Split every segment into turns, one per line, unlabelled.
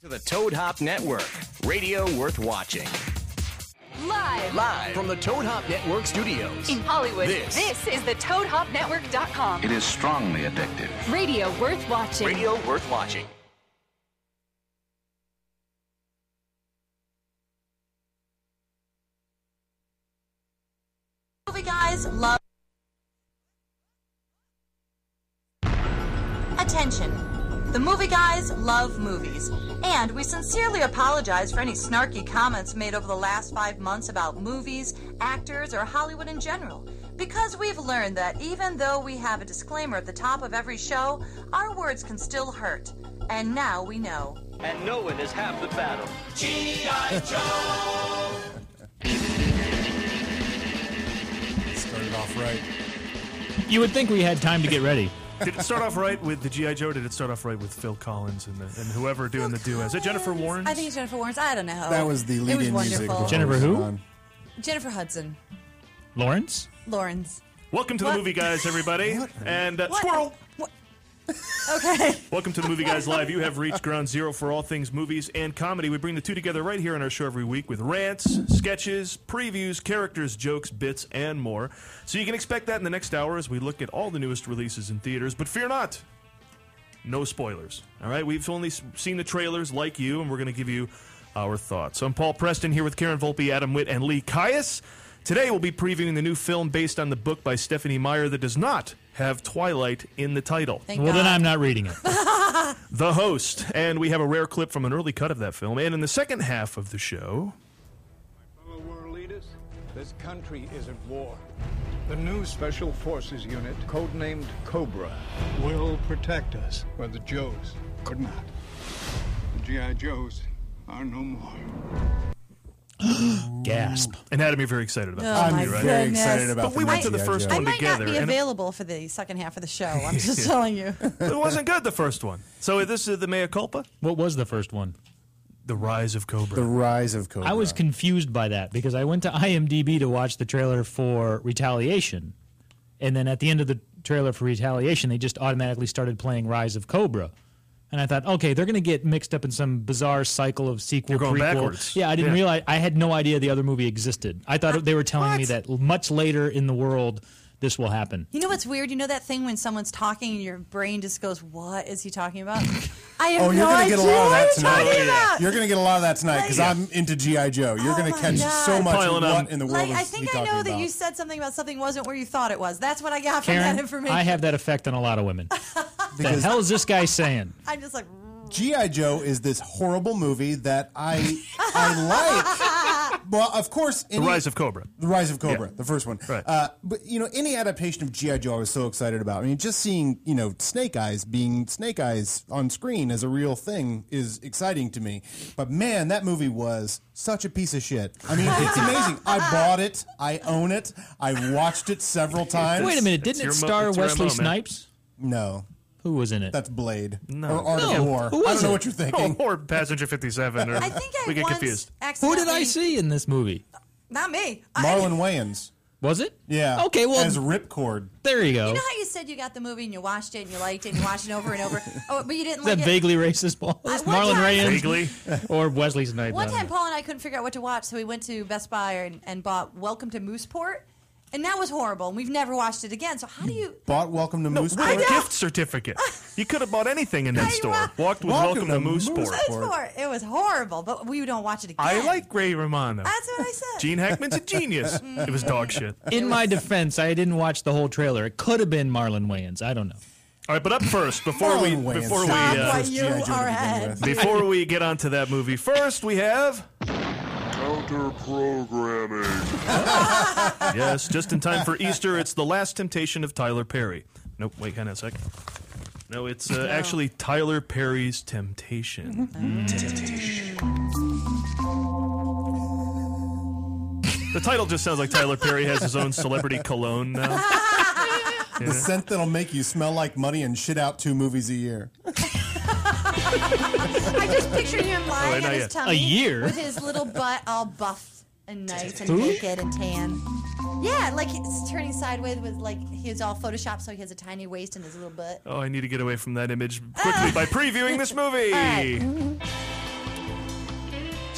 to the Toad Hop Network, radio worth watching.
Live
Live from the Toad Hop Network studios.
in Hollywood.
This.
is the ToadHopNetwork.com.
It is strongly addictive.
Radio worth watching.
Radio worth watching.
movie guys love. Attention. The movie guys love movies, and we sincerely apologize for any snarky comments made over the last five months about movies, actors, or Hollywood in general. Because we've learned that even though we have a disclaimer at the top of every show, our words can still hurt. And now we know.
and knowing is half the battle.
Started off right.
You would think we had time to get ready.
Did it start off right with the GI Joe? Did it start off right with Phil Collins and, the, and whoever doing the duo? Is it Jennifer Warren?
I think it's Jennifer Warren's. I don't know.
That was the
It
lead-in
was
music.
wonderful.
before
Jennifer
we
who?
went on.
Jennifer Hudson,
Lawrence?
Lawrence.
Welcome to the
What?
movie guys, everybody, and uh,
What?
squirrel.
What? Okay.
Welcome to the Movie Guys Live. You have reached ground zero for all things movies and comedy. We bring the two together right here on our show every week with rants, sketches, previews, characters, jokes, bits, and more. So you can expect that in the next hour as we look at all the newest releases in theaters. But fear not, no spoilers. All right, we've only s- seen the trailers like you, and we're going to give you our thoughts. I'm Paul Preston here with Karen Volpe, Adam Witt, and Lee Caius. Today we'll be previewing the new film based on the book by Stephanie Meyer that does not have Twilight in the title
Thank
Well,
God.
then I'm not reading it.
the host, and we have a rare clip from an early cut of that film. And in the second half of the show,
Fellow world leaders, this country is at war. The new Special Forces Unit, codenamed Cobra, will protect us where the Joes could not. The G.I. Joes are no more.
Gasp.
and had me very excited about.
Oh,
this.
I'm
my
very
goodness.
excited about
But we
the
went to
new
the
G.I.
first
Joe.
I
one.
might
together,
not be
and-
available for the second half of the show. I'm just telling you.
But it wasn't good the first one. So this is the mea culpa,
What was the first one?
the rise of Cobra.
The Rise of Cobra.
I was confused by that because I went to IMDb to watch the trailer for Retaliation. And then at the end of the trailer for Retaliation, they just automatically started playing Rise of Cobra. And I thought, okay, they're going to get mixed up in some bizarre cycle of sequel,
You're going
prequel.
backwards.
Yeah, I didn't
Yeah.
realize. I had no idea the other movie existed. I thought they were telling me that much later in the world, this will happen.
You know what's weird? You know that thing when someone's talking and your brain just goes, "What is he talking about?" I have
Oh, you're
no
gonna
idea
get a lot of
what
that
he's talking
tonight. Oh,
about.
You're gonna get a lot of that tonight because
Like-
I'm into GI Joe. You're
Oh
gonna
my
catch
God.
so much.
Piling
what
on.
in the world?
Like
was
I
he
think I
talking
know that
about?
you said something about something wasn't where you thought it was. That's what I got from that
Karen,
information.
I have that effect on a lot of women. the
Because-
hell is this guy saying?
I'm just like,
GI Joe is this horrible movie that I I like. Well, of course,
the
any-
rise of Cobra.
The Rise of Cobra,
Yeah.
the first one.
Right.
Uh, but you know, any adaptation of GI Joe, I was so excited about. I mean, just seeing you know Snake Eyes being Snake Eyes on screen as a real thing is exciting to me. But man, that movie was such a piece of shit. I mean, it's amazing. I bought it. I own it. I watched it several times.
Wait a minute,
It's
didn't
your
it
mo-
star
it's your
Wesley
MO, man.
Snipes?
No,
Who was in it?
that's Blade
No.
or Art
No.
of War.
Who
I
was
don't know
it?
what you're
Oh,
thinking.
or Passenger 57. Or,
I think I
we get
once
confused.
Who
accidentally.
did I see in this movie?
Not me. I,
Marlon Wayans.
Was it?
Yeah.
Okay, well,
as Ripcord.
there you go.
you know how you said you got the movie and you watched it and you liked it and you watched it over and over, oh, but you didn't
is
like
that
it.
vaguely racist, Paul?
I- one
Marlon
time-
Rayans
Vaguely.
or Wesley Snipes?
One
I don't
time,
know.
Paul and I couldn't figure out what to watch, so we went to Best Buy and, and bought Welcome to Mooseport, and that was horrible. And we've never watched it again. So how do you?
Bought Welcome to Moose.
With
Court.
a gift certificate. You could have bought anything in that
you
store.
are-
Walked with
Welcome
Welcome,
to
to Moose
Mooseport.
Sport.
That's hor- it was horrible, but we don't watch it again.
I like Ray Romano.
That's what Mm. I said.
Gene Hackman's a genius. it was dog shit.
In my defense, I didn't watch the whole trailer. It could have been Marlon Wayans. I don't know.
All right, but up first, before we
Marlon Wayans.
before we
Stop
uh,
what
First
you
G.I. Joe to
are
begin
at.
with.
Before we get on to that movie, first we have.
Counter programming.
Yes, just in time for Easter, it's The Last Temptation of Tyler Perry. Nope, wait, hang on a sec. No, it's uh, actually Tyler Perry's Temptation. The title just sounds like Tyler Perry has his own celebrity cologne now.
The scent that'll make you smell like money and shit out two movies a year.
I just pictured him lying
Oh,
on
not
his
yet.
tummy
A year?
with his little butt all buff and nice and
Who?
naked and tan. Yeah, like he's turning sideways with like he's all photoshopped, so he has a tiny waist and his little butt.
Oh, I need to get away from that image quickly by previewing this movie.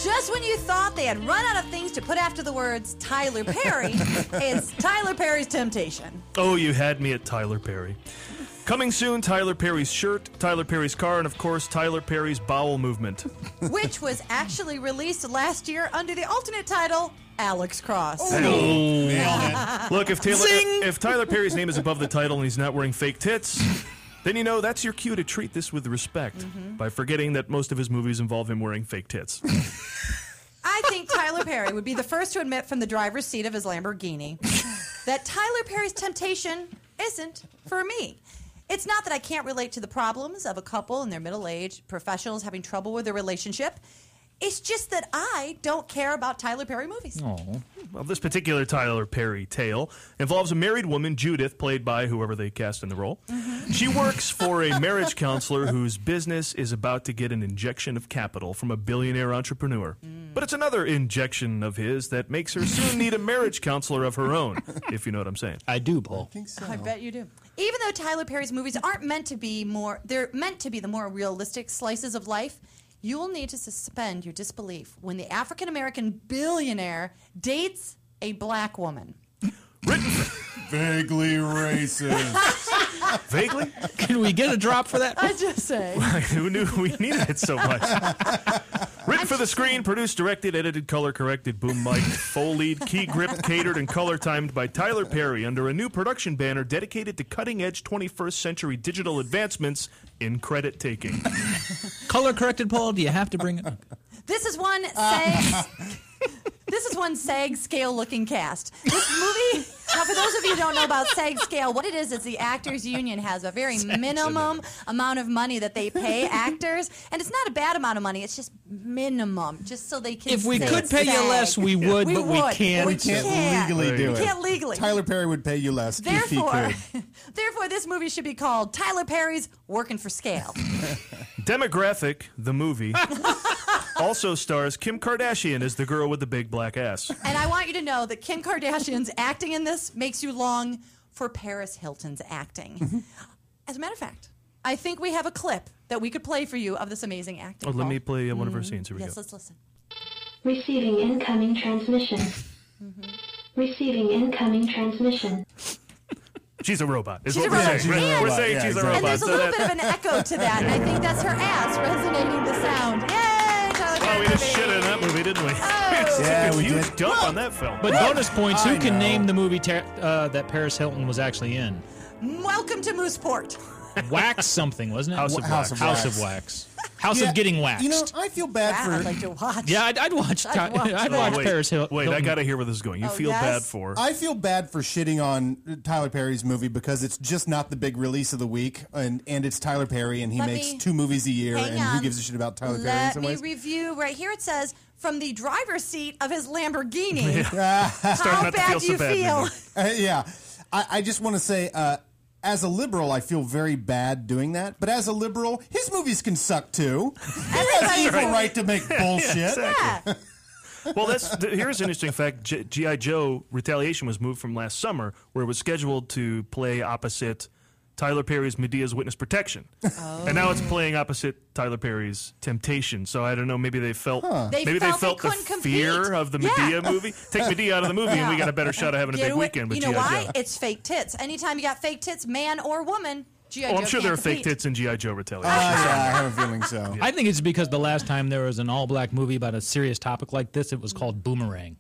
Just when you thought they had run out of things to put after the words Tyler Perry, it's Tyler Perry's Temptation.
Oh, you had me at Tyler Perry. Coming soon, Tyler Perry's shirt, Tyler Perry's car, and of course, Tyler Perry's bowel movement.
which was actually released last year under the alternate title Alex Cross.
Look, if Taylor, if Tyler Perry's name is above the title and he's not wearing fake tits, then you know that's your cue to treat this with respect by forgetting that most of his movies involve him wearing fake tits.
I think Tyler Perry would be the first to admit from the driver's seat of his Lamborghini that Tyler Perry's temptation isn't for me. It's not that I can't relate to the problems of a couple in their middle age, professionals having trouble with their relationship. It's just that I don't care about Tyler Perry movies.
well, this particular Tyler Perry tale involves a married woman, Judith, played by whoever they cast in the role. She works for a marriage counselor whose business is about to get an injection of capital from a billionaire entrepreneur. But it's another injection of his that makes her soon need a marriage counselor of her own, if you know what I'm saying.
I do, Paul.
I bet you do. Even though Tyler Perry's movies aren't meant to be more, they're meant to be the more realistic slices of life. You will need to suspend your disbelief when the African American billionaire dates a black woman.
Vaguely racist.
Vaguely?
Can we get a drop for that?
I just say.
Who knew we needed it so much? Written for the screen, produced, directed, edited, color corrected, boom mic, foleyed, key gripped, catered, and color timed by Tyler Perry under a new production banner dedicated to cutting edge 21st century digital advancements in credit taking.
Color corrected, Paul. Do you have to bring it?
This is one sag. this is one sag scale looking cast. This movie. Now, for those of you who don't know about SAG scale, what it is is the actors union has a very minimum amount of money that they pay actors, and it's not a bad amount of money. It's just minimum, just so they can.
If we
say
could pay you
SAG.
less, we would,
We
but we
would.
can't.
We
Can't
Yeah.
legally do
You
it.
can't legally.
Tyler Perry would pay you less
Therefore,
if he
therefore, this movie should be called Tyler Perry's Working for Scale.
Demographic, the movie, also stars Kim Kardashian as the girl with the big black ass.
And I want you to know that Kim Kardashian's acting in this makes you long for Paris Hilton's
Mm-hmm.
acting. As a matter of fact, I think we have a clip that we could play for you of this amazing acting.
Oh, let
Paul.
me play uh, one of her scenes. Here we
Mm-hmm. Yes,
go.
let's listen.
Receiving incoming transmission. Receiving incoming transmission.
She's a robot. Is
She's
what
a
we're
robot.
saying.
Yeah.
We're saying
Yeah,
she's a
exactly.
robot.
And there's a
so
little
that-
bit of an echo to that, and I think that's her ass resonating the sound. Yay, Tyler
Oh,
Perry
we just
movie.
shit in that movie, didn't we?
Oh.
Yeah,
it's a
we
huge
did.
dump on that film.
But bonus points.
I
Who can
know.
name the movie ter- uh, that Paris Hilton was actually in?
Welcome to Mooseport.
Wax something, wasn't it?
House of
House Wax. of
House
Wax.
of Wax. House
could.
of Getting
Yeah,
Waxed.
You know, I feel bad
Wow, I'd
for.
like to watch.
yeah, I'd, I'd watch. I'd watch,
watch that.
Oh, wait,
Paris Hil- Hilton.
Wait, I got to hear where this is going. You
Oh,
feel
yes?
bad for.
I feel bad for shitting on Tyler Perry's movie because it's just not the big release of the week, and, and it's Tyler Perry, and he
Let
makes
me-
two movies a year,
Hang
and
on.
who gives a shit about Tyler Perry in
Let
some
me
ways?
review right here. It says from the driver's seat of his Lamborghini.
Starting
How
not to
bad
feel
do
so
you
bad
feel?
anymore.
Uh, yeah. I, I just want to say, uh, as a liberal, I feel very bad doing that. But as a liberal, his movies can suck too. He has
Everybody's
equal
movie-
right to make bullshit.
Yeah.
well, that's th- here's an interesting fact. G- GI Joe Retaliation was moved from last summer, where it was scheduled to play opposite Tyler Perry's Medea's Witness Protection,
Oh.
and now it's playing opposite Tyler Perry's Temptation. So I don't know. Maybe they felt
They
maybe
felt they
they felt the
couldn't compete.
fear of the
Yeah.
Medea movie. Take Medea out of the movie, and we got a better shot of having a
You
big
know what-
weekend with
you know
GI
why?
Joe.
It's fake tits. Anytime you got fake tits, man or woman, GI
Oh,
Joe
I'm sure
can't
there are fake
compete.
tits in GI Joe Retaliation.
Uh, yeah, I have a feeling so.
I think it's because the last time there was an all-black movie about a serious topic like this, it was called Boomerang.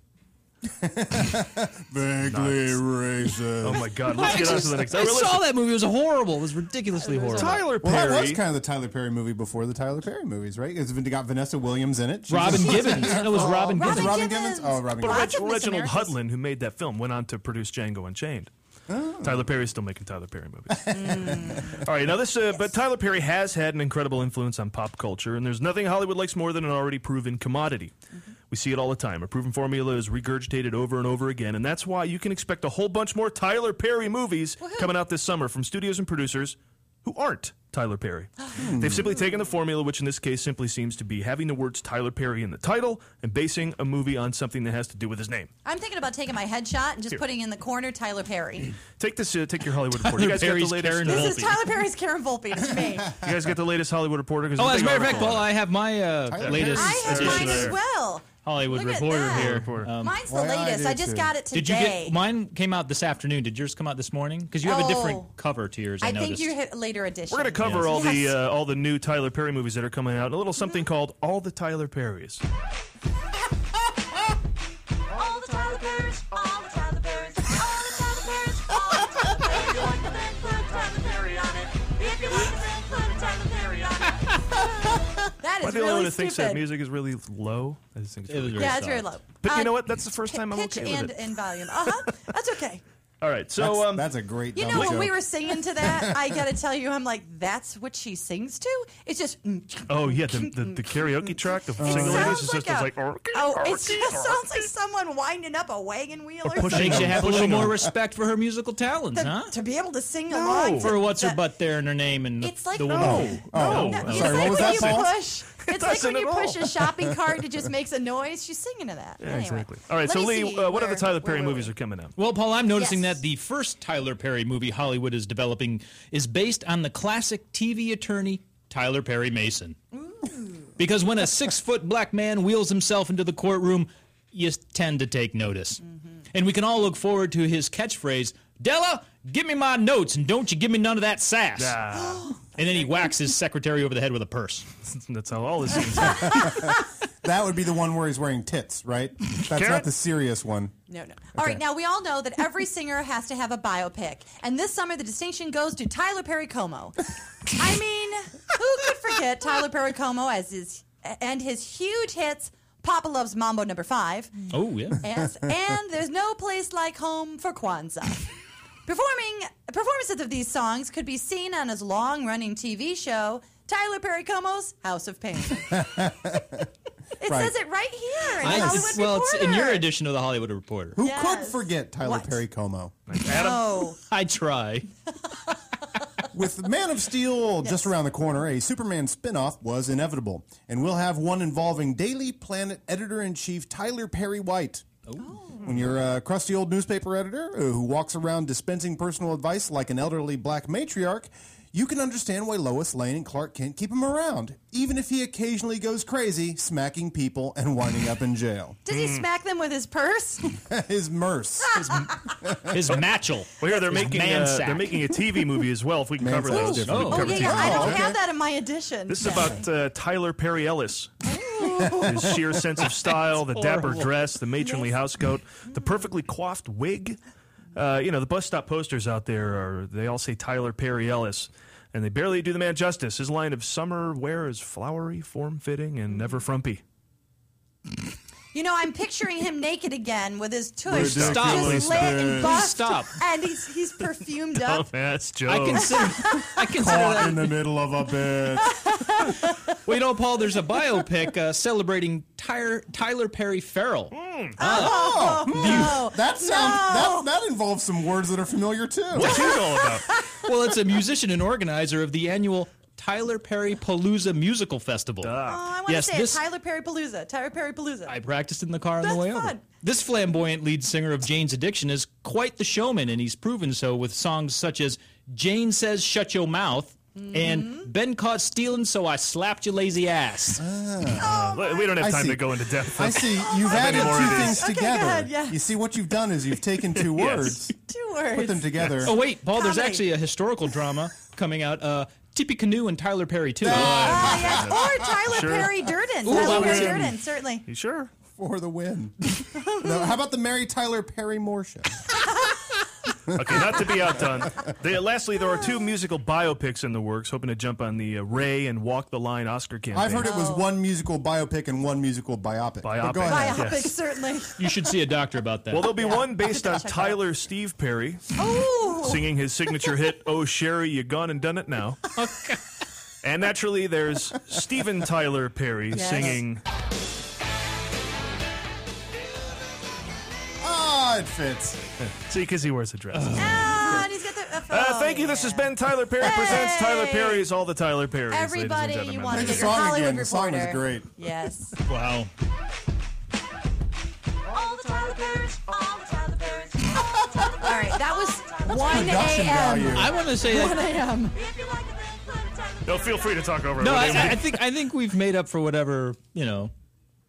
Vaguely racist.
oh my God! Let's get on to the next.
I
Oh, really?
saw that movie. It was horrible. It was ridiculously horrible.
Tyler
Well,
Perry.
that was kind of the Tyler Perry movie before the Tyler Perry movies, right? It's been- got Vanessa Williams in it. She's-
Robin Gibbons. It was
Robin
Robin
Was it
Gibbons.
Robin
Gibbons.
Gibbons? Oh, Robin
But
Gibbons.
of
Reg-
Miss
Reginald
Americas.
Hudlin, who made that film, went on to produce Django Unchained.
Oh.
Tyler Perry's still making Tyler Perry movies. All right, now this, uh, but Tyler Perry has had an incredible influence on pop culture, and there's nothing Hollywood likes more than an already proven commodity.
Mm-hmm.
We see it all the time. A proven formula is regurgitated over and over again, and that's why you can expect a whole bunch more Tyler Perry movies coming out this summer from studios and producers who aren't Tyler Perry. They've simply taken the formula, which in this case simply seems to be having the words Tyler Perry in the title and basing a movie on something that has to do with his name.
I'm thinking about taking my headshot and just
Here.
putting in the corner Tyler Perry.
Take this. Uh, take your Hollywood Reporter. You guys got
Perry's
the latest. uh,
Karen
This is Tyler Perry's Karen Volpe. It's me.
You guys got the latest Hollywood Reporter. 'Cause
Oh, as
there's
a
big
matter of fact,
article on
Paul,
it.
I have my uh,
Tyler
latest
Perry. I
have
edition
mine as
of
well.
Hollywood
Look at
Reporter
that.
here. Um,
Mine's the
Why I
latest.
do
I just
too.
got it today.
did you get mine? Came out this afternoon. Did yours come out this morning? Because you have a
Oh.
different cover to yours. I,
I think
noticed.
you hit later edition.
We're going to cover all
Yes.
the uh, all the new Tyler Perry movies that are coming out. and A little something called All the Tyler Perrys.
All the Tyler Perrys, all the Tyler Perrys, all the Tyler Perrys, all the Tyler Perrys. If you like the thing, put a Tyler Perry on it. If you like the thing, put a Tyler Perry on it.
That
Am I
is
the only one
really
who
stupid.
thinks that music is really low? I just think it's
It was
really
very
yeah, it's very
soft.
low.
But
Uh,
you know what? That's the first time I'm
pitch
okay
and,
with it.
and volume. Uh huh. That's okay.
All right, so
That's,
um,
that's a great.
You
dumb
know, when
joke.
we were singing to that, I got to tell you, I'm like, that's what she sings to. It's just. mm,
oh yeah, the, the, the karaoke track, the
It
single ladies
sounds
is
like
just
a,
like "Arr,
oh,
arr,
it just
arr."
sounds like someone winding up a wagon wheel or,
pushing
Makes
something.
you have a little
Pushing
more
on.
respect for her musical talents,
To,
huh?
to be able to sing along to
For what's her
the-
butt there in her name and the-
It's like
the woman. Oh,
no,
No,
Oh, no, no.
it's
sorry,
like
what was
when
that,
you
Paul?
push. It's like
doesn't
when you
at
push
all.
a shopping cart, it just makes a noise. She's singing to that. anyway.
exactly. All right,
Let
so
me
Lee,
see
uh, what other
where-
Tyler
where
Perry
were we?
movies are coming out?
Well, Paul, I'm noticing
Yes.
that the first Tyler Perry movie Hollywood is developing is based on the classic TV attorney Tyler Perry Mason.
Mm.
Because when a six foot black man wheels himself into the courtroom, you tend to take notice.
Mm-hmm.
And we can all look forward to his catchphrase Della, give me my notes and don't you give me none of that sass.
Ah,
And then he whacks his secretary over the head with a purse.
that's how all this is. All
that would be the one where he's wearing tits, right? That's
Carrot?
not the serious one.
No, no. All right, now we all know that every singer has to have a biopic, and this summer the distinction goes to Tyler Perry Como. I mean, who could forget Tyler Perry Como as his and his huge hits, "Papa Loves Mambo" number five,
Oh, yeah.
and, and "There's No Place Like Home for Kwanzaa." Performing performances of these songs could be seen on his long-running TV show, Tyler Perry Como's House of Pain. it says it right here in
I-
Hollywood
well, it's in your
Reporter.
edition of the Hollywood Reporter.
Who
Yes.
could forget Tyler
What?
Perry Como?
Oh.
I try.
With Man of Steel just around the corner, a Superman spinoff was inevitable, and we'll have one involving Daily Planet editor in chief Tyler Perry White. When you're a crusty old newspaper editor uh, who walks around dispensing personal advice like an elderly black matriarch, you can understand why Lois Lane and Clark Kent keep him around, even if he occasionally goes crazy, smacking people and winding up in jail.
Did
Hmm.
he smack them with his purse?
His merce.
His matchel.
Well, here they're
His
making
man
uh,
sack.
they're making a TV movie as well. If we can
Man
cover
sack's
those, We
different.
can
Oh.
Oh
cover
yeah,
TV
yeah. I don't
movies.
have that in my edition.
This is about uh, Tyler Perry Ellis.
Oh.
His sheer sense of style, the dapper
horrible.
dress, the matronly housecoat, the perfectly coiffed wig. Uh, you know, the bus stop posters out there are, they all say Tyler Perry Ellis. And they barely do the man justice. His line of summer wear is flowery, form fitting, and never frumpy.
You know, I'm picturing him naked again with his tush
Ridiculous.
just lit and buffed,
Stop.
and he's he's perfumed up.
Oh, That's Joe.
I consider. I consider
Caught in
that.
the middle of a bit.
Well, you know, Paul, there's a biopic uh, celebrating Tyler, Tyler Perry Farrell.
Oh,
Uh,
hmm. that sounds that, that involves some words that are familiar too.
What's he all about?
Well, it's a musician and organizer of the annual Tyler Perry Palooza Musical Festival.
Oh, I want to
Yes,
say
this-
it. Tyler Perry Palooza. Tyler Perry Palooza.
I practiced in the car on
That's
the way
fun.
over. This flamboyant lead singer of Jane's Addiction is quite the showman, and he's proven so with songs such as Jane Says Shut Your Mouth
Mm-hmm.
and Been Caught Stealing, So I Slapped Your Lazy Ass.
We- we don't have
I
time
see.
to go into depth.
I see you've added
more of
two
these.
things
Okay, go
together.
ahead, yeah.
You see what you've done is you've taken two
Yes.
words,
Two words.
put them together.
Oh wait, Paul. There's
Comedy.
actually a historical drama coming out. Uh, Tippy Canoe and Tyler Perry too.
Uh,
Ah, yes. Or Tyler
Sure.
Perry Durden.
Ooh,
Tyler
Tyler
Perry
Durden.
Durden, certainly.
You sure?
for the win. no, how about the Mary Tyler Perry Moore show?
Okay, not to be outdone. They, lastly, there are two musical biopics in the works, hoping to jump on the uh, Ray and Walk the Line Oscar campaign.
I've heard it
Oh.
was one musical biopic and one musical biopic. But go
Biopic.
ahead.
Biopic,
Yes.
certainly.
You should see a doctor about that.
Well, there'll be one based on Tyler Steve Perry
Ooh.
singing his signature hit "Oh Sherry, You Gone and Done It Now." And naturally, there's Steven Tyler Perry
Yes.
singing.
Ah, it fits.
See, because he wears a dress.
Oh. Ah, and he's got the
Uh, thank you. This has been Tyler Perry presents. Tyler Perry is all the Tyler Perrys. ladies and
Everybody, you
gentlemen.
wanna Play the get your song Hollywood again. The song is reporter. great. Yes.
Wow.
All the Tyler Perrys, all the Tyler Perrys.
All right, that was 1 a.m.
I want to say that-
1 a.m.
No, feel free to talk over.
No, I,
it.
I- I think I think we've made up for whatever you know.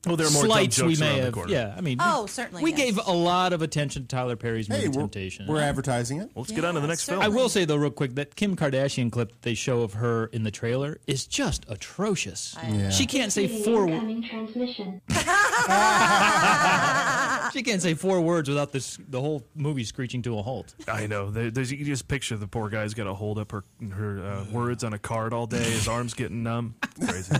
Well, there are more dumb
slights we
jokes
may
around the
have.
corner.
Yeah, I mean,
Oh,
we-
certainly,
We
yes.
gave a lot of attention to Tyler Perry's movie
Hey, we're-
Temptation.
we're advertising it.
Let's get on to the next
I will say though, real quick, that Kim Kardashian clip they show of her in the trailer is just atrocious. She can't say
Receiving
four.
Incoming transmission.
She can't say four words without this the whole movie screeching to a halt.
I know. There, there's, you can just picture the poor guy's got to hold up her her uh, words on a card all day. His arms getting numb. Crazy.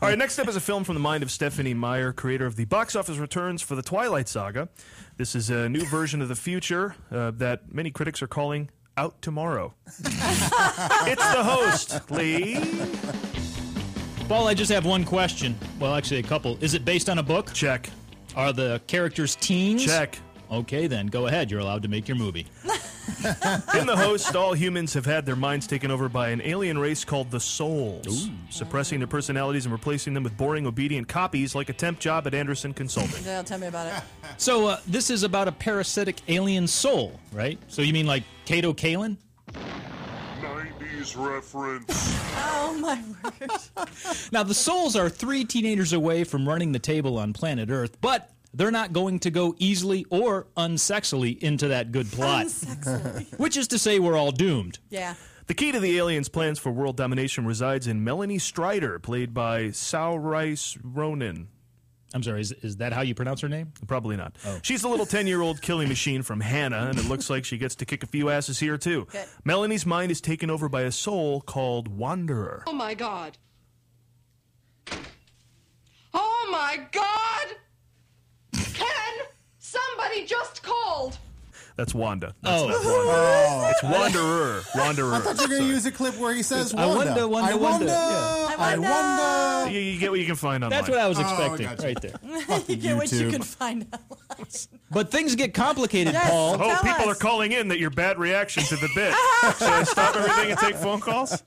all right. Next up is a film from the mind of Stephanie Meyer, creator of the box office returns for the Twilight Saga. This is a new version of the future uh, that many critics are calling out tomorrow. it's the host, Lee.
Paul, I just have one question. Well, actually, a couple. Is it based on a book?
Check.
Are the characters teens?
Check.
Okay, then go ahead. You're allowed to make your movie.
In the host, all humans have had their minds taken over by an alien race called the Souls, suppressing their personalities and replacing them with boring, obedient copies like a temp job at Anderson Consulting.
No, tell me about it.
So uh, this is about a parasitic alien soul, right? So you mean like Kato Kalin?
90s reference.
Oh my word.
Now the souls are three teenagers away from running the table on planet Earth, but they're not going to go easily or unsexily into that good plot. Which is to say, we're all doomed.
Yeah.
The key to the aliens' plans for world domination resides in Melanie Strider, played by Sal Rice Ronan.
I'm sorry, is, is that how you pronounce her name?
Probably not. She's the little 10 year old killing machine from Hannah, and it looks like she gets to kick a few asses here, too. Melanie's mind is taken over by a soul called Wanderer.
Oh my god. Oh my god! Ken! Somebody just called!
That's Wanda. That's
Oh.
not Wanda. It's Wanderer. Wanderer.
I thought you were going to use a clip where he says,
I
Wanda.
wonder, wonder,
I
wonder.
wonder.
Yeah.
I wonder.
You, you get what you can find online.
That's what I was
Oh,
expecting
gotcha.
right there.
you get what you
YouTube.
can find out.
But things get complicated,
Yes.
Paul.
Oh,
Tell
people
us.
are calling in that your bad reaction to the bit. Should I stop everything and take phone calls?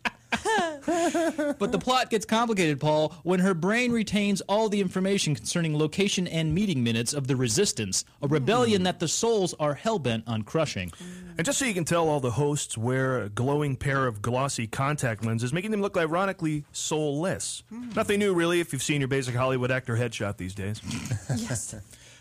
But the plot gets complicated, Paul, when her brain retains all the information concerning location and meeting minutes of the resistance, a rebellion that the souls are hellbent on crushing.
And just so you can tell, all the hosts wear a glowing pair of glossy contact lenses, making them look ironically soulless. Nothing new, really, if you've seen your basic Hollywood actor headshot these days.
yes.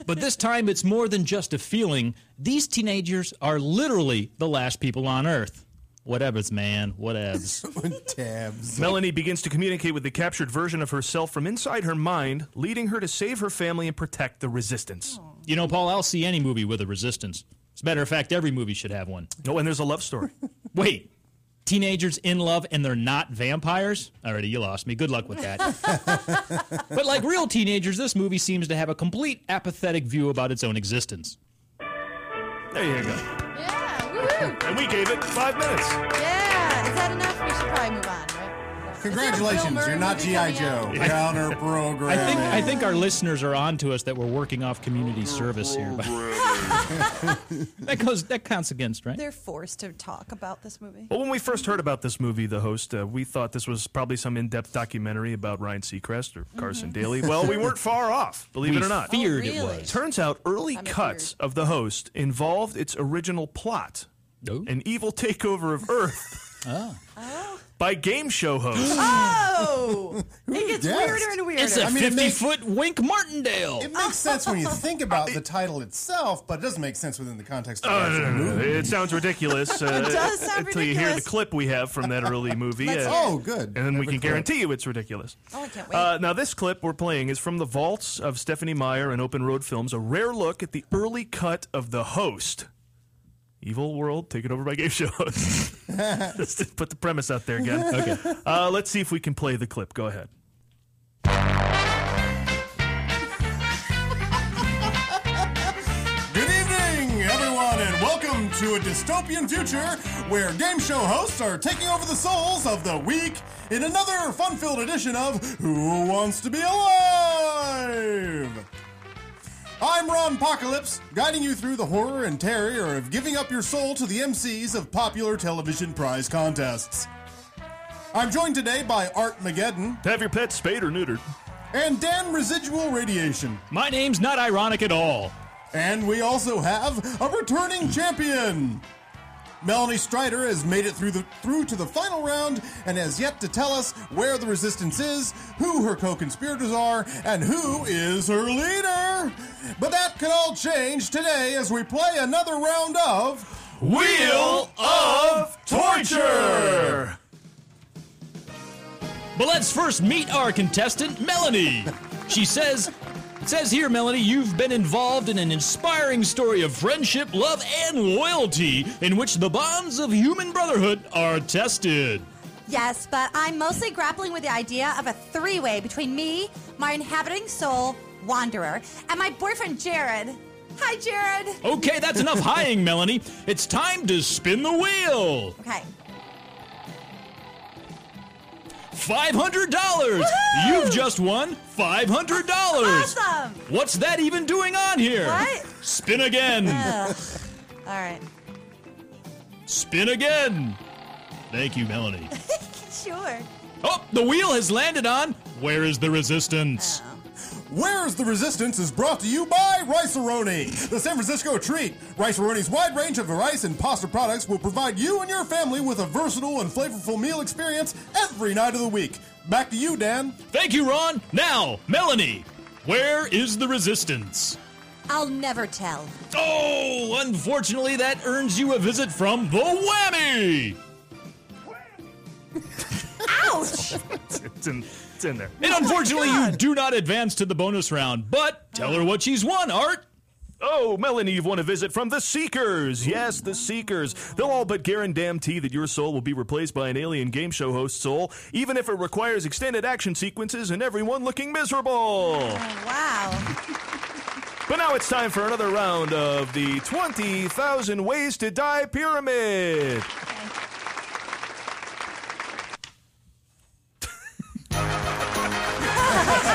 But this time it's more than just a feeling. These teenagers are literally the last people on earth. Whatevs, man. Whatevs.
Tabs.
Melanie begins to communicate with the captured version of herself from inside her mind, leading her to save her family and protect the resistance.
you know, Paul, I'll see any movie with a resistance. As a matter of fact, every movie should have one.
Oh, and there's a love story.
Wait. Teenagers in love and they're not vampires? Already, you lost me. Good luck with that. but like real teenagers, this movie seems to have a complete apathetic view about its own existence.
There you go.
Yeah. Woo.
And we gave it five minutes.
Yeah. Is that enough? We should probably move on, right? Is there a Bill
Congratulations.
Murray
You're not
movie
G.I.
coming out?
Joe. Counter
I
program.
think I think our listeners are on to us that we're working off community service here. but- that goes that counts against, right?
They're forced to talk about this movie.
Well, when we first heard about this movie, The Host, uh, we thought this was probably some in depth documentary about Ryan Seacrest or Carson Daly. Well, we weren't far off, believe it
We
or not.
feared
Oh, really?
it was.
Turns out early cuts of The Host involved its original plot
Oh.
an evil takeover of Earth by game show hosts.
Oh, it gets
guessed?
weirder and weirder.
It's a
I mean, it makes-
fifty-foot Wink Martindale.
It makes sense when you think about the title itself, but it doesn't make sense within the context of the actual movie.
It sounds ridiculous. Uh,
does sound
until you hear the
ridiculous.
clip we have from that early movie.
Let's
uh,
hear it.
Oh, good.
And then we can guarantee you it's ridiculous.
Oh, I can't wait.
Uh, now, this clip we're playing is from the vaults of Stephanie Meyer and Open Road Films, a rare look at the early cut of the host. Evil World, taken over by game show hosts. Let's just put the premise out there again. Okay. Uh, let's see if we can play the clip. Go ahead.
Good evening, everyone, and welcome to a dystopian future where game show hosts are taking over the souls of the weak in another fun filled edition of Who Wants to Be Alive? I'm Ron Apocalypse, guiding you through the horror and terror of giving up your soul to the MCs of popular television prize contests. I'm joined today by Art Mageddon.
Have your pet spayed or neutered.
And Dan Residual Radiation.
My name's not ironic at all.
And we also have a returning champion. Melanie Strider has made it through the through to the final round and has yet to tell us where the resistance is, who her co-conspirators are, and who is her leader. But that could all change today as we play another round of
Wheel of Torture.
But let's first meet our contestant, Melanie. She says, it says here, Melanie, you've been involved in an inspiring story of friendship, love, and loyalty in which the bonds of human brotherhood are tested.
Yes, but I'm mostly grappling with the idea of a three way between me, my inhabiting soul, Wanderer, and my boyfriend, Jared. Hi, Jared.
Okay, that's enough hying, Melanie. It's time to spin the wheel.
Okay.
Five hundred dollars. You've just won five hundred dollars.
Awesome.
What's that even doing on here?
What?
Spin again.
Ugh. All right.
Spin again. Thank you, Melanie.
Sure.
Oh, the wheel has landed on. Where is the resistance?
Where's the Resistance is brought to you by Rice-A-Roni, the San Francisco treat. Rice-A-Roni's wide range of rice and pasta products will provide you and your family with a versatile and flavorful meal experience every night of the week. Back to you, Dan.
Thank you, Ron. Now, Melanie, where is the resistance?
I'll never tell.
Oh, unfortunately, that earns you a visit from the Whammy.
Ouch!
it's, in, it's in there.
And unfortunately, you do not advance to the bonus round, but tell her what she's won, Art.
Oh, Melanie, you've won a visit from the Seekers. Yes, the Seekers. They'll all but guarantee that your soul will be replaced by an alien game show host soul, even if it requires extended action sequences and everyone looking miserable.
Oh, Wow.
But now it's time for another round of the 20,000 Ways to Die Pyramid.
wow.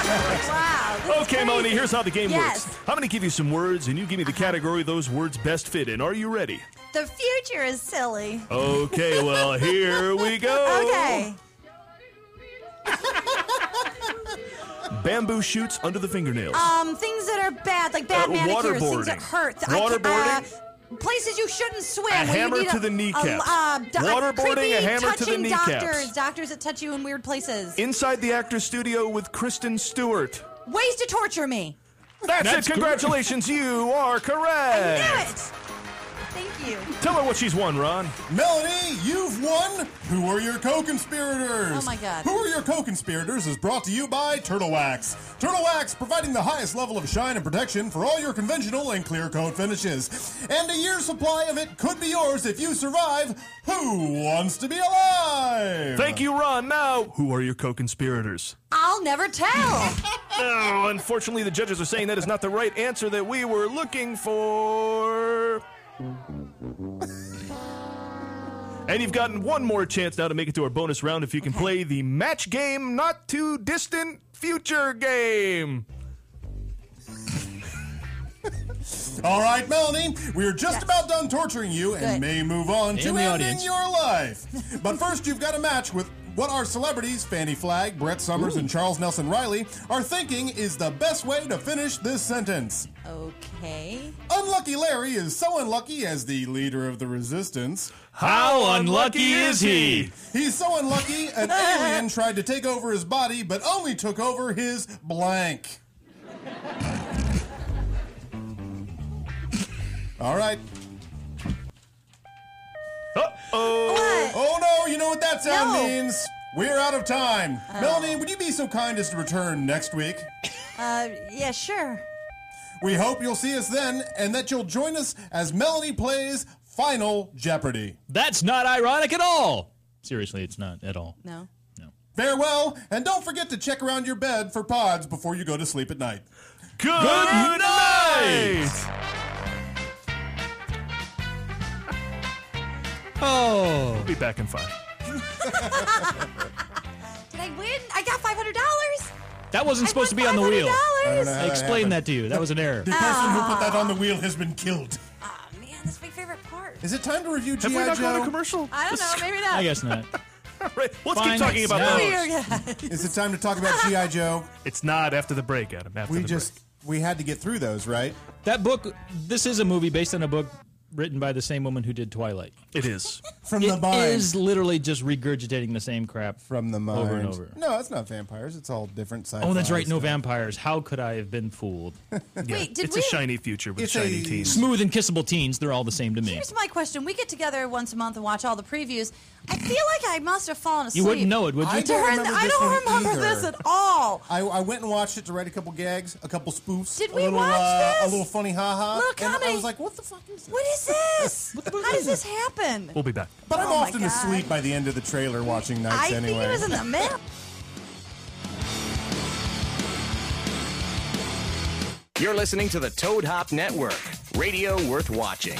this is
Okay, Melanie,
crazy.
here's how the game
Yes.
works. I'm going to give you some words, and you give me the category those words best fit in. Are you ready?
The future is silly.
Okay, well, here we go.
Okay.
Bamboo shoots under the fingernails.
Um, things that are bad, like bad
Uh,
manicures, things that
waterboarding.
hurt. I
Waterboarding.
can't- uh, places you shouldn't swim.
A
where you
hammer
need
to the kneecap.
A, uh, do-
Waterboarding, a
creepy
hammer to the
touching
kneecaps.
Doctors, doctors that touch you in weird places.
Inside the actor's studio with Kristen Stewart.
Ways to torture me.
That's,
That's
it.
good.
Congratulations. you are
Knew
correct.
it. Thank you.
Tell her what she's won, Ron.
Melanie, you've won. Who are your co-conspirators?
Oh, my God.
Who are your co-conspirators is brought to you by Turtle Wax. Turtle Wax providing the highest level of shine and protection for all your conventional and clear coat finishes. And a year's supply of it could be yours if you survive. Who wants to be alive?
Thank you, Ron. Now, who are your co conspirators?
I'll never tell.
Oh, unfortunately, the judges are saying that is not the right answer that we were looking for. And you've gotten one more chance now to make it to our bonus round if you can play the match game, not too distant future game.
All right, Melanie, we are just about done torturing you and
Good.
may move on
And
to
the
ending
audience.
your life. But first, you've got a match with what our celebrities, Fanny Flagg, Brett Summers, and Charles Nelson Riley, are thinking is the best way to finish this sentence.
okay.
Unlucky Larry is so unlucky as the leader of the resistance.
How unlucky is he?
He's so unlucky, an alien tried to take over his body, but only took over his blank. All right.
oh.
Oh no, you know what that sound
No.
means? We're out of time.
Oh.
Melanie, would you be so kind as to return next week?
Uh, yeah, sure.
We hope you'll see us then and that you'll join us as Melanie plays Final Jeopardy.
That's not ironic at all. Seriously, it's not at all.
No.
Farewell, and don't forget to check around your bed for pods before you go to sleep at night.
Good,
Oh.
Be back in five.
Did I win? I got five hundred dollars.
That wasn't supposed to be on the wheel.
I don't know how
I
that happened.
explained that to you. That was an error.
The person who put
Ah.
that on the wheel has been killed.
Oh, That's my favorite part.
Is it time to review G.I.
Have we not
Joe?
gone to commercial?
I don't know. Maybe not.
I guess not.
right, let's
Fine,
keep talking
it's
about
not.
those.
Is it time to talk about G.I. Joe?
It's not after the break, Adam. After
we
the
just we had to get through those, right?
That book. This is a movie based on a book written by the same woman who did Twilight.
It is.
From the mind.
It is literally just regurgitating the same crap
from the mind
over and
And-
over.
No, it's not vampires. It's all different sci
Oh, that's right. No
stuff.
vampires. How could I have been fooled?
Wait, did it's a we- shiny
future
with It's shiny a- teens.
Smooth and kissable teens. They're all the same to me.
Here's my question. We get together once a month and watch all the previews. I feel like I must have fallen asleep.
You wouldn't know it, would you?
I don't remember, I
this
don't
one
remember
either.
this at all.
I, I went and watched it to write a couple gags, a couple spoofs.
Did
a
we
little,
watch
uh, A
this?
little funny haha.
Little
and I
comedy.
was like, what the fuck is this?
What is this? How does this happen?
We'll be back.
But I'm
Oh my
often
God.
asleep by the end of the trailer watching nights
I
anyway.
think it was in the middle.
You're listening to the Toad Hop Network, radio worth watching.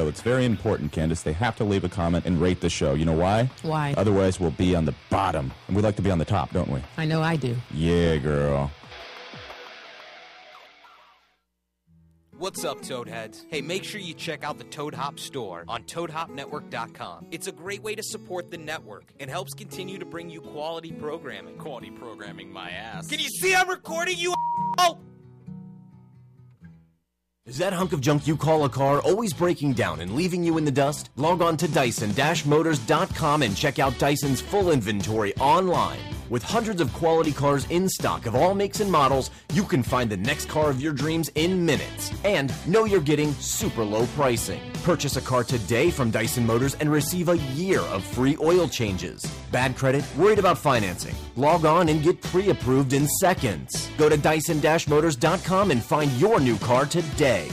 It's very important, Candace. They have to leave a comment and rate the show. You know why?
Why?
Otherwise, we'll be on the bottom. And we like to be on the top, don't we?
I know I do.
Yeah, girl.
What's up, Toadheads? Hey, make sure you check out the Toad Hop store on ToadHopNetwork.com. It's a great way to support the network and helps continue to bring you quality programming. Quality programming, my ass. Can you see I'm recording you? Oh!
Is that hunk of junk you call a car always breaking down and leaving you in the dust? Log on to Dyson-Motors.com and check out Dyson's full inventory online. With hundreds of quality cars in stock of all makes and models, you can find the next car of your dreams in minutes. And know you're getting super low pricing. Purchase a car today from Dyson Motors and receive a year of free oil changes. Bad credit? Worried about financing? Log on and get pre-approved in seconds. Go to Dyson-Motors.com and find your new car today.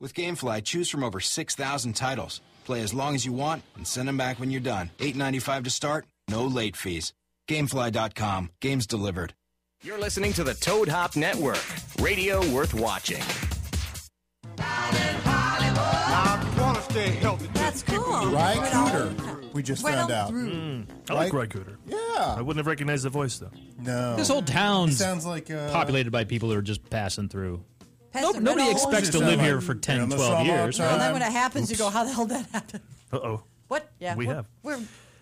With GameFly, choose from over 6,000 titles. Play as long as you want and send them back when you're done. $8.95 to start, no late fees. GameFly.com, games delivered.
You're listening to the Toad Hop Network, radio worth watching.
That's cool.
Ry Cooter. We just
Well
found out.
through.
I like Ry Cooter.
Yeah.
I wouldn't have recognized the voice though.
No.
This whole town's
sounds like uh,
populated by people who are just passing through.
Pest and
nobody
riddles.
expects to live here for 10, 12 years.
Well, then
right?
when it happens, you go, how the hell did that happen?
Uh oh.
What? Yeah.
We
we're,
have.
We're,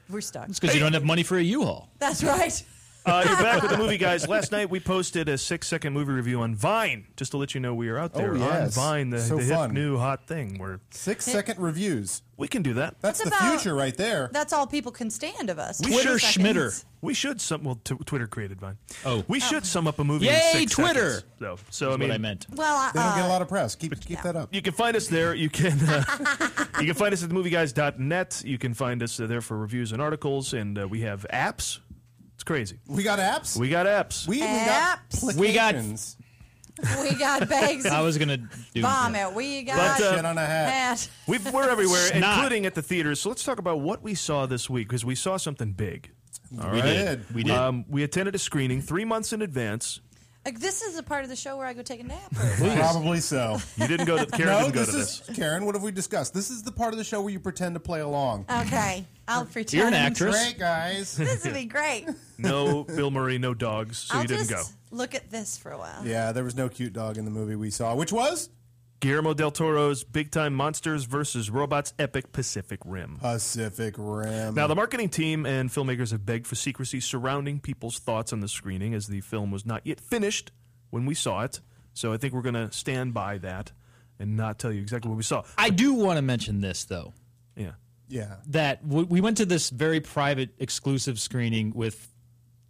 we're stuck.
It's because you don't have money for a U-Haul.
That's right.
Uh, you're back with the movie guys. Last night we posted a six second movie review on Vine, just to let you know we are out
Oh,
there on
yes.
Vine, the,
So
the hip
fun.
new hot thing. Where
six second reviews.
We can do that.
That's
It's
the
about-
future right there.
That's all people can stand of us.
should-
60 seconds.
We should sum. Well, t- Twitter created Vine. Oh, we should sum up a movie.
Yay,
in six
Twitter!
Seconds, though, so I
what
mean,
I meant.
Well, I,
They don't get a
uh,
lot of press. Keep keep that up.
You can find us there. You can uh, you can find us at themovieguys.net. You can find us uh, there for reviews and articles, and uh, we have apps. It's crazy.
We got apps.
We got apps.
We even got Apps.
We got.
uh, we got bags.
I
of
was gonna do
vomit. We got
But, uh, Shit on a hat.
hat.
we are everywhere,
Snot.
including at the theaters. So let's talk about what we saw this week because we saw something big. All
We
right?
did. We did.
Um, we attended a screening three months in advance.
Like, This is a part of the show where I go take a nap.
Probably so.
You didn't go to Karen.
no,
didn't go
this
to
is Karen. What have we discussed? This is the part of the show where you pretend to play along.
Uh, Okay, I'll pretend.
Great guys.
This would be great.
no Bill Murray, no dogs, so
I'll
you didn't
just
go.
Look at this for a while.
Yeah, there was no cute dog in the movie we saw, which was
Guillermo del Toro's big time monsters versus robots epic Pacific Rim.
Pacific Rim.
Now, the marketing team and filmmakers have begged for secrecy surrounding people's thoughts on the screening as the film was not yet finished when we saw it. So I think we're going to stand by that and not tell you exactly what we saw.
I do want to mention this though.
Yeah.
Yeah.
That w- we went to this very private, exclusive screening with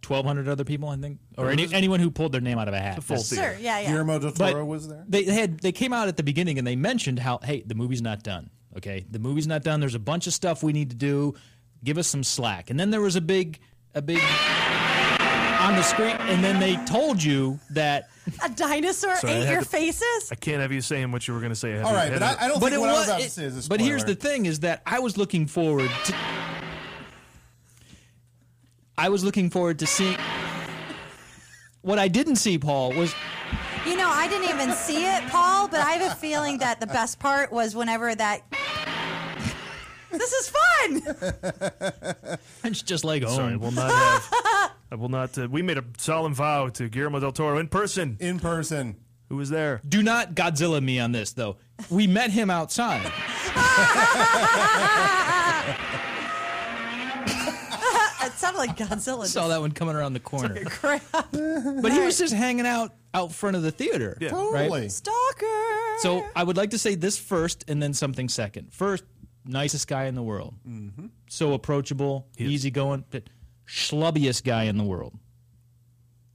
1,200 other people, I think, or any, anyone who pulled their name out of a hat.
Sure, yeah, yeah.
Guillermo del
But
Toro was there.
They they had they came out at the beginning and they mentioned how hey the movie's not done. Okay, the movie's not done. There's a bunch of stuff we need to do. Give us some slack. And then there was a big a big on the screen, and then they told you that
a dinosaur
Sorry, I
ate
had
your
to-
faces?
I can't have you saying what you were going to say. ahead of-
All right,
ahead
but
of-
I, I don't think
it
what I was
wa-
about to
it-
say is a
But here's
spoiler.
the thing: is that I was looking forward to. I was looking forward to seeing. What I didn't see, Paul, was
You know, I didn't even see it, Paul, but I have a feeling that the best part was whenever that. This is fun!
it's just like oh, home.
Sorry, we'll not have. I will not. Uh, we made a solemn vow to Guillermo del Toro in person.
In person.
Who was there?
Do not Godzilla me on this, though. We met him outside.
it sounded like Godzilla.
Saw that one coming around the corner.
Crap.
But he was just hanging out out front of the theater.
Yeah.
right?
Totally. Stalker!
So I would like to say this first and then something second. First, nicest guy in the world.
Mhm.
So approachable, easygoing, but schlubbiest guy in the world.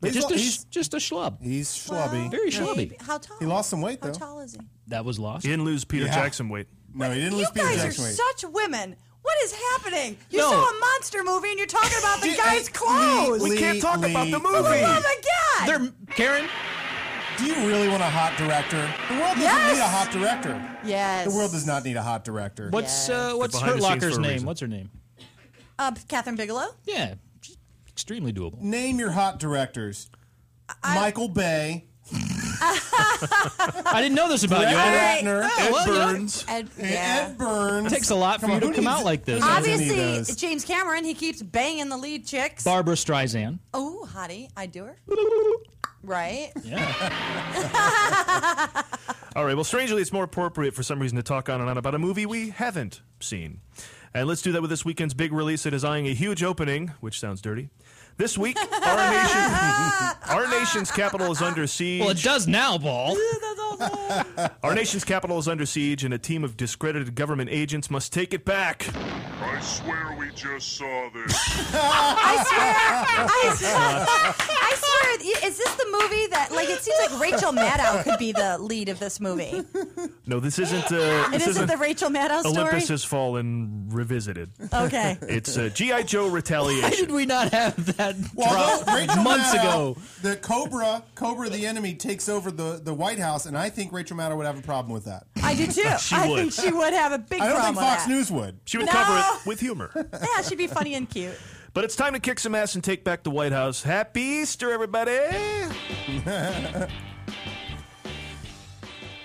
He's
just,
lo-
a,
he's-
just a schlub.
He's schlubby.
Very schlubby.
How tall?
He lost some weight,
How
though.
tall is he?
That was lost.
He didn't lose Peter
Yeah.
Jackson weight.
No, he didn't lose
You
Peter
guys are
Jackson weight.
such women. What is happening? You
No.
saw a monster movie and you're talking about the
Hey,
guy's
Lee,
clothes.
Lee, Lee,
For the love of God!
Karen,
do you really want a hot director? The world doesn't
Yes.
need a hot director.
Yes.
The world does not need a hot director.
What's uh, what's
Behind
Hurt
the scenes
Locker's
for a
name?
reason.
What's her name?
Uh, Catherine Bigelow?
Yeah, she's extremely doable.
Name your hot directors. Michael Bay.
I didn't know this about you.
Brett Ratner.
Oh, well, you know,
Ed,
Ed
yeah.
Burns.
Takes a lot for
Come
you
on,
to
who
come
needs-
out like this.
who needs any of
Obviously,
those?
James Cameron, he keeps banging the lead chicks.
Barbara Streisand.
oh, hottie. I do her. Right?
All right. Well, strangely, it's more appropriate for some reason to talk on and on about a movie we haven't seen. And let's do that with this weekend's big release that is eyeing a huge opening, which sounds dirty. This week, our nation, our nation's capital is under siege.
Well, it does now, Paul.
Our nation's capital is under siege, and a team of discredited government agents must take it back.
I swear we just saw this.
I swear. I swear. I swear. Is this the movie that, like, it seems like Rachel Maddow could be the lead of this movie?
No, this isn't. Uh,
It
this
isn't the Rachel Maddow story?
Olympus has fallen revisited.
Okay.
It's uh, GI Joe
Why
retaliation.
did we not have that
Well,
drop
though, Rachel
months
Maddow,
ago?
the Cobra, Cobra the enemy, takes over the, the White House, and I think Rachel Maddow would have a problem with that.
I do too.
She
I
would.
think she would have a big
I don't
problem
think Fox
with
News would.
She would
No.
cover it with humor.
that. Yeah, she'd be funny and cute.
But it's time to kick some ass and take back the White House. Happy Easter, everybody!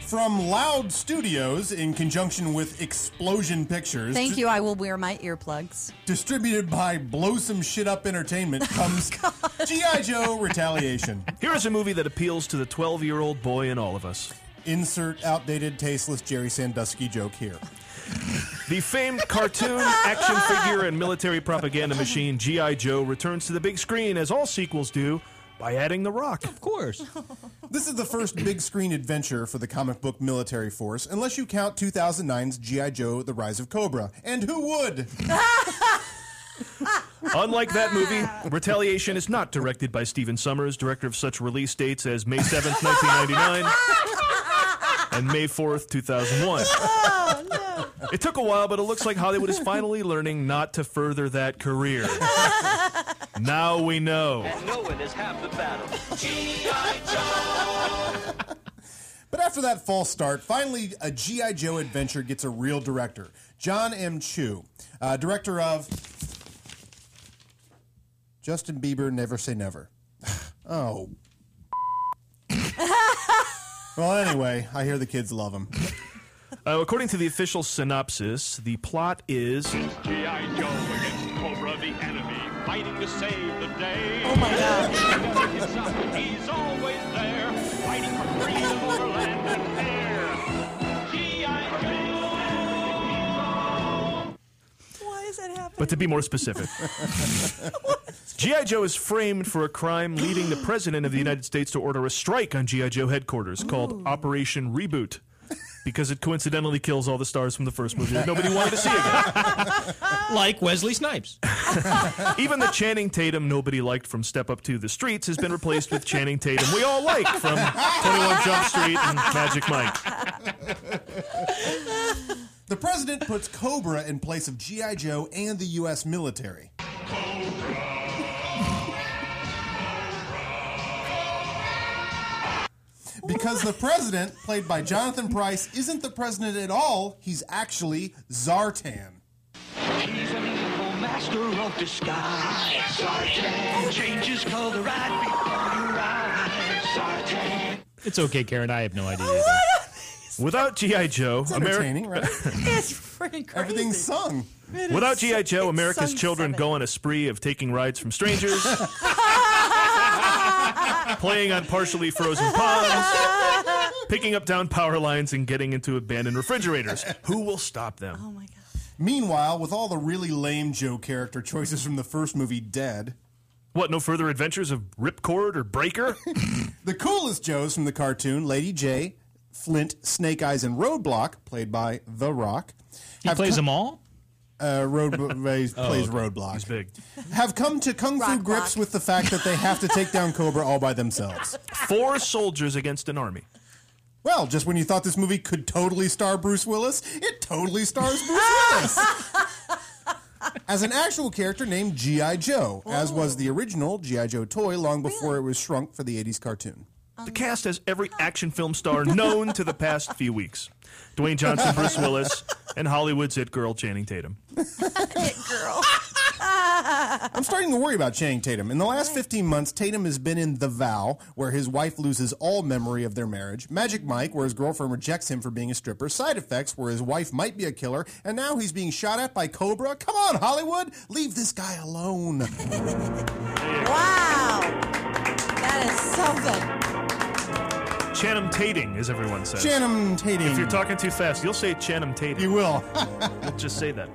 From Loud Studios, in conjunction with Explosion Pictures,
Thank you. I will wear my earplugs.
distributed by Blow Some Shit Up Entertainment, comes G.I. Joe Retaliation.
Here is a movie that appeals to the 12 year old boy in all of us.
Insert outdated, tasteless Jerry Sandusky joke here.
The famed cartoon, action figure, and military propaganda machine G.I. Joe returns to the big screen, as all sequels do, by adding The Rock. Of
course.
This is the first big screen adventure for the comic book military force, unless you count 2009's G.I. Joe The Rise of Cobra. And who would?
Unlike that movie, Retaliation is not directed by Steven Summers, director of such release dates as May 7th, 1999 and May 4th, 2001. It took a while, but it looks like Hollywood is finally learning not to further that career. now we know.
And knowing is half the battle.
But after that false start, finally a G.I. Joe adventure gets a real director. John M. Chu, uh, director of Justin Bieber Never Say Never. Oh. well, anyway, I hear the kids love him.
Uh, according to the official synopsis, the plot is.
G.I. Joe against Cobra the enemy, fighting to save the day.
Oh my God.
He never gives up. He's always there, fighting for freedom over land and air.
But to be more specific, G.I. Joe is framed for a crime leading the President of the United States to order a strike on G.I. Joe headquarters called Operation Reboot because it coincidentally kills all the stars from the first movie that nobody wanted to see again.
like Wesley Snipes.
Even the Channing Tatum nobody liked from Step Up to the Streets has been replaced with Channing Tatum we all like from 21 Jump Street and Magic Mike.
The president puts Cobra in place of G.I. Joe and the U.S. military. Because the president, played by Jonathan Price, isn't the president at all, he's actually Zartan.
He's an evil master of disguise. Sartan changes color right before your eyes. Sartan.
It's okay, Karen. I have no idea.
Without G.I. Joe,
entertaining,
right?
It's freaking crazy.
Everything's sung.
Without G.I. Joe,
it's
America's
sung
children go on a spree of taking rides from strangers,
Ah,
playing on partially frozen ponds, picking up down power lines, and getting into abandoned refrigerators. Who will stop them? Oh my
Meanwhile, with all the really lame Joe character choices from the first movie dead,
What, no further adventures of Ripcord or Breaker?
the coolest Joes from the cartoon, Lady J, Flint, Snake Eyes, and Roadblock, played by The Rock.
He plays them all?
Uh, Road, uh, he
Oh,
plays
okay.
Roadblock.
He's big.
Have come to kung fu grips with the fact that they have to take down Cobra all by themselves.
Four soldiers against an army.
Well, just when you thought this movie could totally star Bruce Willis, it totally stars Bruce Willis. As an actual character named G.I. Joe, as was the original G.I. Joe toy long before it was shrunk for the 80s cartoon.
The cast has every action film star known to the past few weeks Dwayne Johnson, Bruce Willis, and Hollywood's it girl, Channing Tatum.
I'm starting to worry about Channing Tatum. In the last 15 months, Tatum has been in The Vow, where his wife loses all memory of their marriage, Magic Mike, where his girlfriend rejects him for being a stripper, Side Effects, where his wife might be a killer, and now he's being shot at by Cobra. Come on, Hollywood, leave this guy alone.
That is something.
Channing Tating, as everyone says.
Channing Tatum.
If you're talking too fast, you'll say Channing Tatum.
You will.
we'll just say that.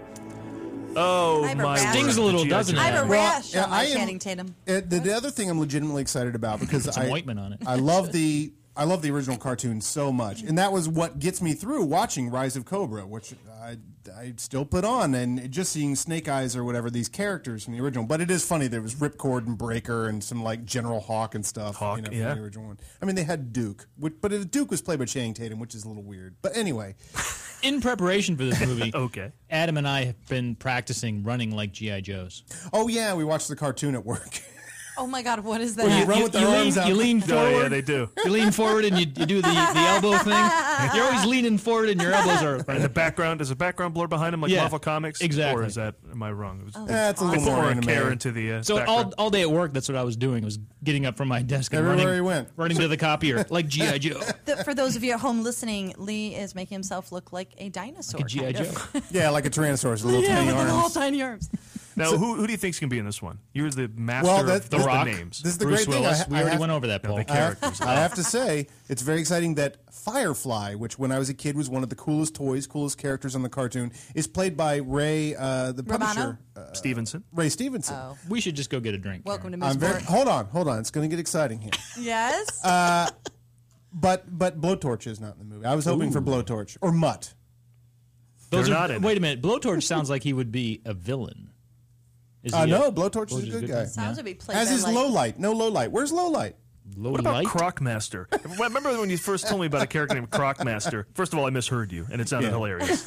Oh
I have a
my!
rash. Stings a little, doesn't I have a rash
yeah,
on my
I am-
Channing Tatum.
Uh, the, the other thing I'm legitimately excited about because
Put some
I
ointment on it.
I love the I love the original cartoon so much, and that was what gets me through watching Rise of Cobra, which I I still put on, and just seeing Snake Eyes or whatever these characters from the original. But it is funny there was Ripcord and Breaker and some like General Hawk and stuff. Hawk, you know, from
yeah.
the original one. I mean, they had Duke, which, but it, Duke was played by Channing Tatum, which is a little weird. But anyway,
In preparation for this movie,
okay.
Adam and I have been practicing running like G.I. Joes.
oh yeah, we watched the cartoon at work.
Oh my God, what is that?
Well, you, you- you lean, you lean forward.
do.
You lean forward and you, you do the, the elbow thing. You're always leaning forward and your elbows are.
And the background is a background blur behind him, like
Yeah,
Marvel Comics.
exactly.
Or is that? Am I wrong? It
Oh.
was,
That's a
they
little
put
more
more
anime.
care into the. Uh,
So all,
background.
all day at work, that's what I was doing was getting up from my desk and
Everywhere
running,
he went.
running to the copier like GI Joe.
The- for those of you at home listening, Lee is making himself look like a dinosaur.
Like a G.I.
kind of.
yeah, like a Tyrannosaurus, little
yeah,
tiny
with the
arms.
little tiny arms.
now, who, who do you think's gonna be in this one? You're the master
that-
of the
this-
rock names.
This is the
Bruce
great
Willis.
thing. I-
We
I
already
have-
went over that, Paul.
the
I have-
characters.
I have to say, it's very exciting that Firefly, which when I was a kid was one of the coolest toys, coolest characters on the cartoon, is played by Ray, uh, the publisher, uh,
Stevenson.
Ray Stevenson.
We should just go get a drink.
Welcome to
I'm
Mooseport.
very, hold on, hold on. It's going to get exciting here.
yes.
Uh, but but Blowtorch is not in the movie. I was hoping for
Ooh.
Blowtorch or Mutt.
Those
They're
are,
not in
wait a minute. Blowtorch sounds like he would be a villain. Is
Uh,
he a-
no, Blowtorch is a good guy.
Sounds to be played
As
by
is
like-
Lowlight. No Lowlight. Where's Lowlight?
Low
What about Crocmaster? Remember when you first told me about a character named Crocmaster? First of all, I misheard you, and it sounded
Yeah.
hilarious.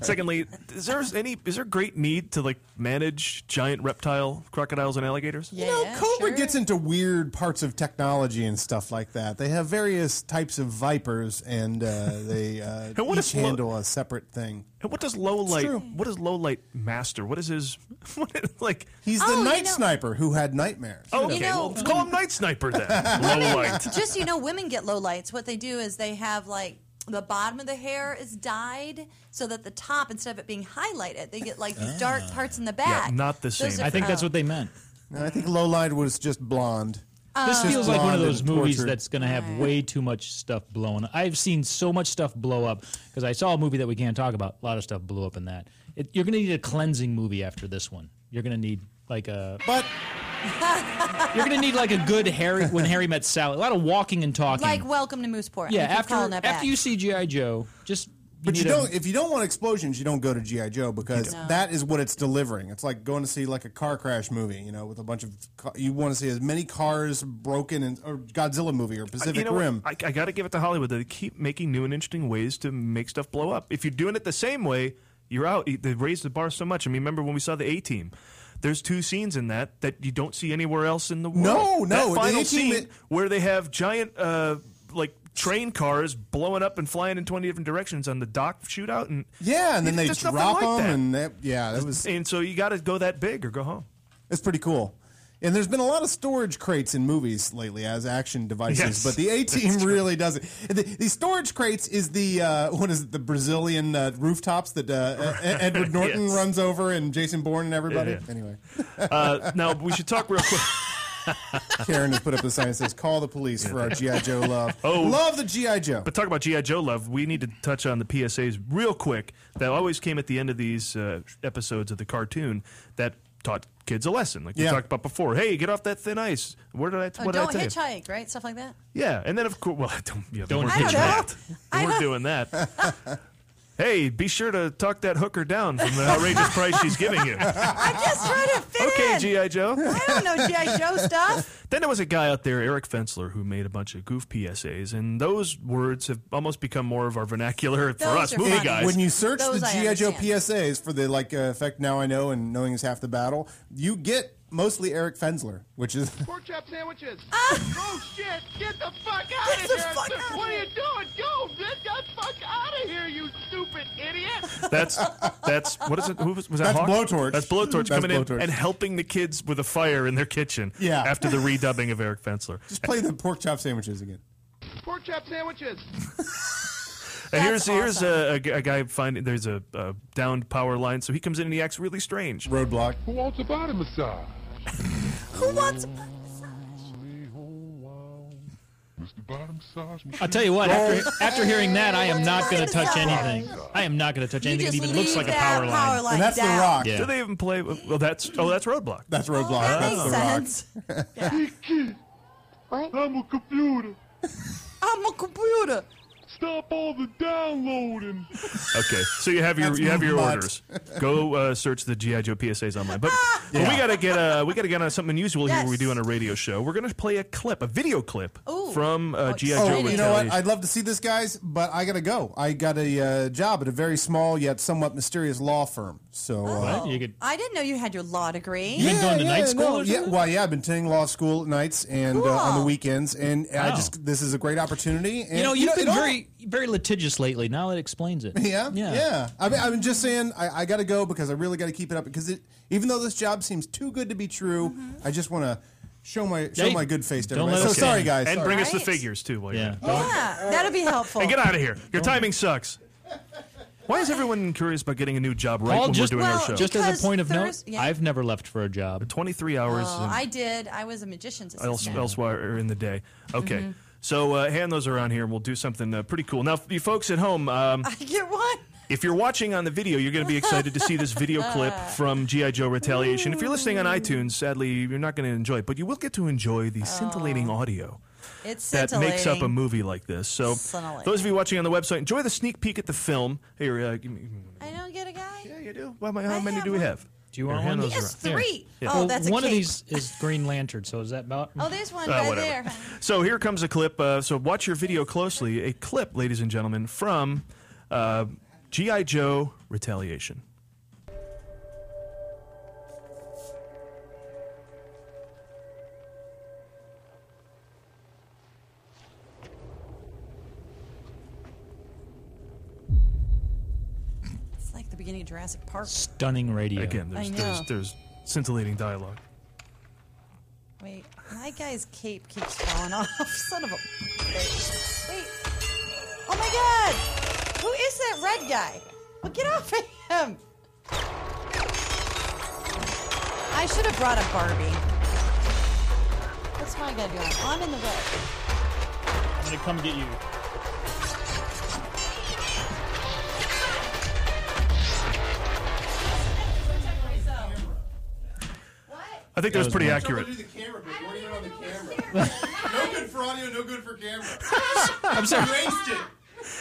Secondly, is there any is there great need to like manage giant reptile crocodiles and alligators?
You know, Cobra gets into weird parts of technology and stuff like that. They have various types of vipers, and uh, they uh,
And what
each
if lo-
handle a separate thing.
And what does low light? What does low light master? What is his? What is, like?
He's the night sniper who had nightmares.
Okay, well, call him night sniper then. low light.
Just so you know, women get low lights. What they do is they have like the bottom of the hair is dyed so that the top, instead of it being highlighted, they get like these dark
Ah.
parts in the back. Those are
I think
for-
that's what they meant.
No, I think Lowlight was just blonde.
This
Uh,
Just
feels like one of
blonde
those
and
movies
tortured.
that's going to have way too much stuff blown. I've seen so much stuff blow up because I saw a movie that we can't talk about. A lot of stuff blew up in that. It, you're going to need a cleansing movie after this one. You're going to need like a.
But.
you're going to need like a good Harry when Harry met Sally. A lot of walking and talking.
Like, welcome to Mooseport.
yeah,
I keep
after
calling that back.
after you see GI Joe, just.
But you
need a-
don't. if you don't want explosions, you don't go to GI Joe because
No.
that is what it's delivering. It's like going to see like a car crash movie, you know, with a bunch of ca- you want to see as many cars broken and or Godzilla movie or Pacific
you know what?
Rim.
I, I got to give it to Hollywood. They keep making new and interesting ways to make stuff blow up. If you're doing it the same way, you're out. You- They raised the bar so much. I mean, remember when we saw the A Team? There's two scenes in that that you don't see anywhere else in the world.
No, no,
That
the
final
A-Team
scene
it-
where they have giant, uh, like train cars blowing up and flying in 20 different directions on the dock shootout, and
Yeah, and then they
There's nothing
drop
like
them,
that.
and that, yeah, that was.
And so you got to go that big or go home.
It's pretty cool. And there's been a lot of storage crates in movies lately as action devices,
Yes.
but the A Team really does it. The, the storage crates is the uh, what is it, the Brazilian uh, rooftops that uh, E- Edward Norton
Yes.
runs over and Jason Bourne and everybody.
Yeah, yeah.
Anyway,
uh, now we should talk real quick.
Karen has put up the sign that says "Call the police for our GI Joe love." love the GI Joe.
Oh. But talk about GI Joe love. We need to touch on the PSAs real quick that always came at the end of these uh, episodes of the cartoon that taught kids a lesson, like
Yeah.
we talked about before. Hey, get off that thin ice. Where did I?
Oh,
what
don't
did I tell you?
hitchhike, right? Stuff like that.
Yeah, and then of course, well, don't, yeah,
Don't
we're
I don't
doing that.
I
We're
don't-
doing that. hey, be sure to talk that hooker down from the outrageous price she's giving you.
I'm just trying to fit
Okay,
in.
GI Joe.
I don't know GI Joe stuff.
Then there was a guy out there, Eric Fensler, who made a bunch of goof PSAs, and those words have almost become more of our vernacular for
Those
us
are
movie
funny.
guys.
When you search
Those
the
I
GI Joe
understand.
PSAs for the like uh, effect now I know and knowing is half the battle, you get mostly Eric Fensler, which is
Pork chop sandwiches. oh shit! Get the fuck out of
the
here!
fuck outta
what are you doing? Go! Get the fuck out of here, you stupid idiot!
That's that's what is it? Who was, was that?
That's
Hawk?
Blowtorch.
That's
That's
blowtorch coming in
Blowtorch.
and helping the kids with a fire in their kitchen.
Yeah.
After the redubbing of Eric Fensler.
just play the pork chop sandwiches again.
Pork chop sandwiches.
Uh, here's here's a, a, gu- a guy finding there's a, a downed power line, so he comes in and he acts really strange.
Roadblock.
Who wants a body massage?
Who wants?
I'll tell you what. After, after hearing that, I am not going to touch
Bottom
anything. I am not going to touch anything that
just
even looks
leave
like a
that
power line.
power line And that's The down. Rock.
Yeah.
Do they even play? Well, that's oh, that's Roadblock.
That's Roadblock.
that
That's
makes
the rock.
sense.
What? I'm a computer.
I'm a computer.
Stop all the downloading.
Okay, so you have your
That's
you have your
mutt.
orders. Go uh, search the GI Joe PSAs online. But, but
Yeah.
we gotta get uh, we gotta get on something unusual here.
Yes.
We do on a radio show. We're gonna play a clip, a video clip
Ooh.
from uh, GI Joe.
Oh, you know what?
Retaliation.
I'd love to see this, guys, but I gotta go. I got a uh, job at a very small yet somewhat mysterious law firm. So uh,
You could.
I didn't know you had your law degree.
no, yeah, well, yeah, I've been taking law school at nights and uh, on the
Cool.
weekends, and I
Wow.
just this is a great opportunity. And,
You know, you've been
it all-
very, very litigious lately. Now it explains it.
Yeah, yeah. I mean, I'm just saying, I, I got to go because I really got to keep it up because it, even though this job seems too good to be true,
Mm-hmm.
I just want to show my show
Hey,
my good face to
don't
everybody.
let
So
us
sorry,
down.
guys,
And
sorry.
bring us the figures too. While yeah.
Yeah, that'd be helpful.
And get out of here. Your timing sucks. Why is everyone curious about getting a new job right
Paul,
when
just,
we're doing our show?
just as a point of note,
Thurs- yeah.
I've never left for a job.
23 hours
Oh, I did. I was a magician's
and else,
assistant.
elsewhere in the day. Okay.
Mhm.
So uh, hand those around here, and we'll do something uh, pretty cool. Now, f- you folks at home, um,
I get one.
if you're watching on the video, you're going to be excited to see this video clip from GI Joe Retaliation. If you're listening on
Mm.
iTunes, sadly, you're not going to enjoy it, but you will get to enjoy the
Oh.
scintillating audio
It's
that makes up a
scintillating.
movie like this. So,
Scintillating.
those of you watching on the website, enjoy the sneak peek at the film. Here, uh, give me,
I don't get a guy.
Yeah, you do. Well, how many do we have?
Do you
Here,
want
hand
one?
those around.
three.
Yeah.
Oh, that's a
one of
cake.
these is Green Lantern. So is that about?
Oh, there's one
Uh,
right
whatever.
there.
So here comes a clip. Uh, so watch your video closely. A clip, ladies and gentlemen, from uh, G.I. Joe Retaliation.
It's like the beginning of Jurassic Park.
Stunning radio.
Again,
I
there's,
know.
there's, there's scintillating dialogue.
Wait, my guy's cape keeps falling off. Son of a. bitch. Wait. Oh my god! Who is that red guy? Well, get off of him! I should have brought a Barbie. What's my guy doing? I'm in the way.
I'm gonna come get you.
I think that was pretty
Tell
accurate.
them to do the camera, but you weren't even on the camera. no good for audio, no good for camera. I'm
sorry.
Wasted.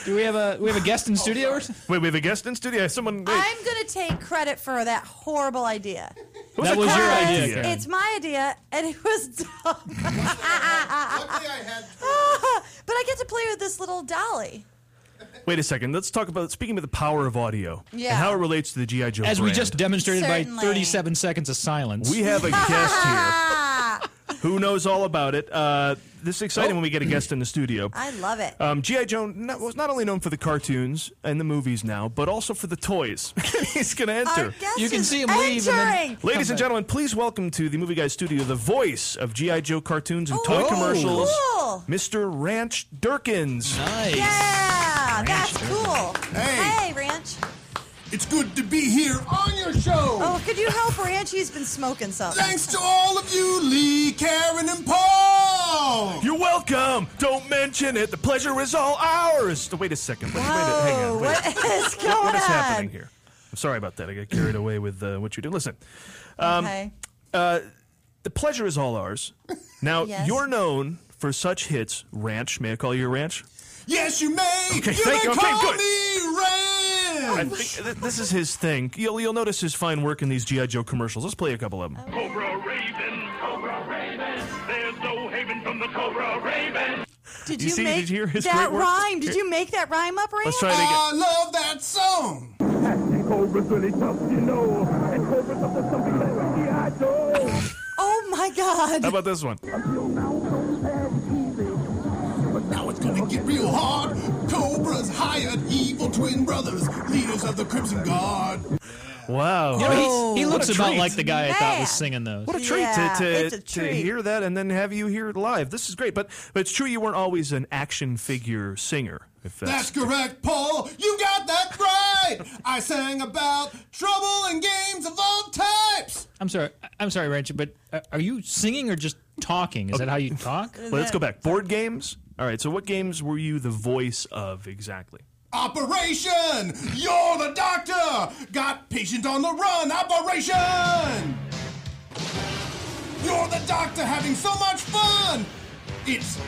Do we have a we have a guest in studio? Or
Wait, we have a guest in studio. Someone. Wait.
I'm going to take credit for that horrible idea.
That was your
Because
idea, Karen.
It's my idea, and it was dumb. but I get to play with this little dolly.
Wait a second. Let's talk about speaking of the power of audio
Yeah.
and how it relates to the GI Joe.
As we
brand.
just demonstrated
Certainly.
by 37 seconds of silence.
we have a guest here who knows all about it. Uh, this is exciting when we get a guest in the studio.
I love it.
Um, G.I. Joe not, was not only known for the cartoons and the movies now, but also for the toys. He's going to enter.
You can see him leave. And then
Ladies and
come
gentlemen, please welcome to the Movie Guys studio the voice of G.I. Joe cartoons and toy
Oh,
commercials,
cool.
Mr. Ranch Durkins.
Nice.
Yeah, that's cool. Hey. Ranch.
It's good to be here on your show.
Oh, could you help Ranch? He's been smoking something.
Thanks to all of you, Lee, Karen, and Paul.
You're welcome. Don't mention it. The pleasure is all ours. Wait a second. Wait, wait, a- hang on. Wait.
What is going
what is
on?
happening here? I'm sorry about that. I got carried away with uh, what you do. Listen, um,
Okay.
uh, the pleasure is all ours. Now
Yes.
you're known for such hits. Ranch, may I call you Ranch?
Yes, you may.
Okay,
you may
thank you. Okay,
call
good.
me Ranch.
Oh,
I think th- this is his thing. You'll you'll notice his fine work in these GI Joe commercials. Let's play a couple of them.
Cobra Raven, Cobra Raven. There's no haven from the Cobra Raven.
Did
You
you,
see-
make
did you hear his
that
great work?
rhyme? Did you make that rhyme up, Ranch?
Let's try it again. I
love that song.
Cobra's really tough, you know. And Cobra's up to something that we GI Joe.
Oh my God.
How about this one?
But now it's gonna get real hard. Cobra's hired evil twin brothers, leaders of the Crimson Guard.
Wow.
You know, he, he
What
looks
a
about
treat.
like the guy I thought was singing those.
What a treat
Yeah,
to,
it's
to,
a
to
treat.
hear that and then have you hear it live. This is great. But but it's true you weren't always an action figure singer. If
That's
that's,
correct, Paul. You got that right. I sang about trouble and games of all types.
I'm sorry. I- I'm sorry, Ranch, but uh, are you singing or just talking? Is that how you talk?
Well, let's go back. Board games? All right. So what games were you the voice of exactly?
Operation! You're the doctor! Got patient on the run! Operation! You're the doctor having so much fun! It's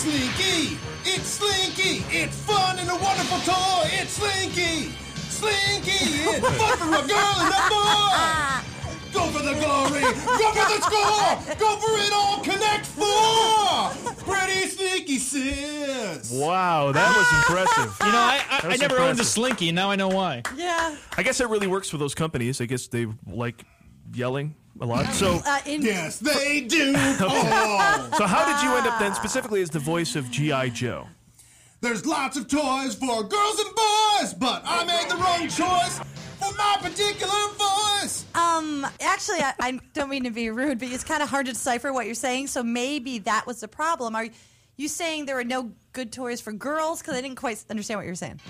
slinky! It's slinky! It's fun and a wonderful toy! It's slinky! Slinky! It's fun for a girl and a boy! Go for the glory! Go for the score! Go for it all! Connect four! Pretty sneaky sis!
Wow, that was impressive.
You know, I, I,
That
I
was
never owned a
impressive.
Slinky. Now I know why.
Yeah.
I guess that really works for those companies. I guess they like yelling a lot. So
Uh, in-
Yes, they do. Oh,
so how did you end up then specifically as the voice of GI Joe?
There's lots of toys for girls and boys, but I made the wrong choice for my particular voice.
Um, actually, I, I don't mean to be rude, but it's kind of hard to decipher what you're saying. So maybe that was the problem. Are you saying there were no good toys for girls? Because I didn't quite understand what you were saying.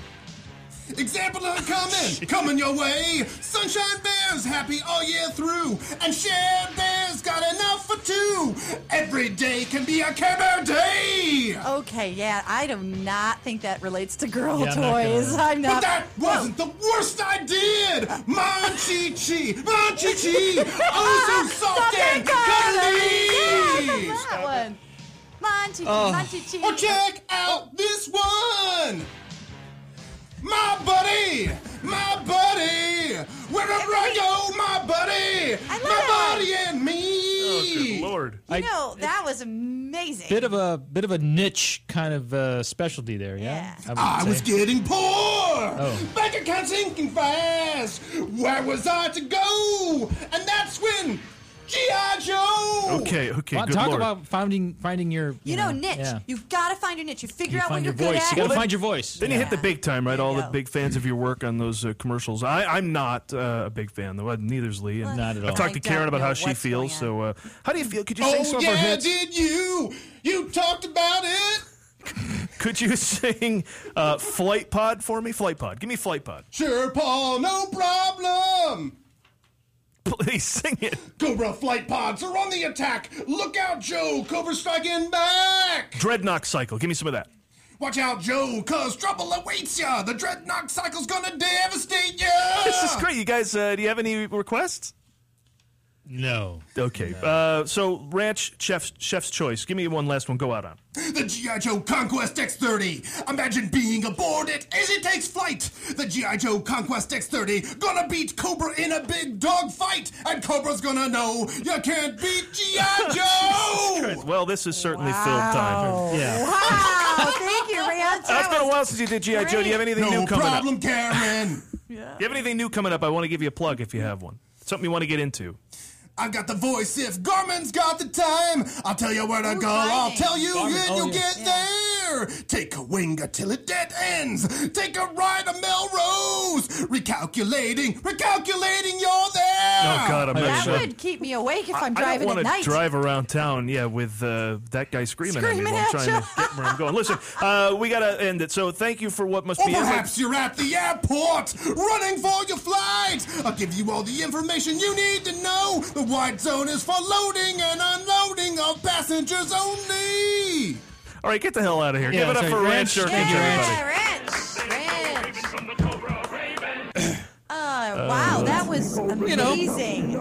Example of coming, coming your way. Sunshine Bear's happy all year through, and Shared Bear's got enough for two. Every day can be a Care Bear day.
Okay, yeah, I do not think that relates to girl
Yeah, I'm not gonna-
toys. I'm
But
not.
that wasn't the worst I did! Monchichi! Monchichi!
Ah,
Oh, so soft and cuddly!
Yeah, that one. Monty,
Oh.
Monty, Chi.
Well, check out this one! My buddy! My buddy! Wherever I go, my buddy! my buddy and
Oh,
me!
Oh, Lord.
You know that was amazing.
Bit of a bit of a niche kind of uh, specialty there, yeah. would
Ah,
I was
say.
getting poor!
Oh.
Bank account sinking fast! Where was I to go? And that's when G.I. Joe!
Okay, okay,
Well,
good
talk
lord.
about finding finding your you,
You know, niche.
yeah.
You've got to find your niche. You figure out what
find
you're
your
good
voice.
at.
You gotta find your voice.
Then you hit the big time, right? All the big fans of your work on those uh, commercials. I, I'm not uh, a big fan, though. Uh, Neither's Lee. And
Not at all.
I've talked to
I
Karen
don't
about how
know
she
what's
feels. So, uh, how do you feel? Could you sing
Oh
some of her
yeah,
hits?
did you? You talked about it.
Could you sing uh, Flight Pod for me? Flight Pod. Give me Flight Pod.
Sure, Paul, no problem.
Please sing it.
Cobra flight pods are on the attack. Look out, Joe. Cobra striking back.
Dreadnought Cycle. Give me some of that.
Watch out, Joe, cause trouble awaits ya. The dreadnought cycle's gonna devastate ya.
This is great. You guys, uh, do you have any requests?
No.
Okay. Uh, so Ranch Chef's Chef's Choice. Give me one last one. Go out on.
The G.I. Joe Conquest X30. Imagine being aboard it as it takes flight. The G.I. Joe Conquest X30 gonna beat Cobra in a big dog fight. And Cobra's gonna know you can't beat G.I. Joe!
Christ. Well, this is certainly filled time. Yeah.
Wow. Thank you, Rance.
Uh, it's been a while since you did GI Joe. Do you have anything
no
new coming
problem,
up?
Karen.
Do you have anything new coming up? I want to give you a plug if you have one. Something you want to get into.
I've got the voice if Garmin's got the time. I'll tell you where to go. I'll tell you
Garmin,
when
oh,
you
yeah.
get there. Take a wing till it dead ends. Take a ride to Melrose. Recalculating, recalculating, you're there.
Oh, God, I'm not
that
sure.
would keep me awake if
I-
I'm
I
driving
don't
at
want
night.
to drive around town, yeah, with uh, that guy screaming, at me
Screaming
while I'm
at
trying
you.
to get where I'm going. Listen, uh, we got to end it. So thank you for what must
Or
be. every-
perhaps you're at the airport running for your flight. I'll give you all the information you need to know. The wide zone is for loading and unloading of passengers only.
All right, get the hell out of here.
Yeah,
Give it up
sorry,
for Ranch
Ranch.
Jerkage,
Thank you, Ranch.
everybody.
Uh, wow, that was amazing.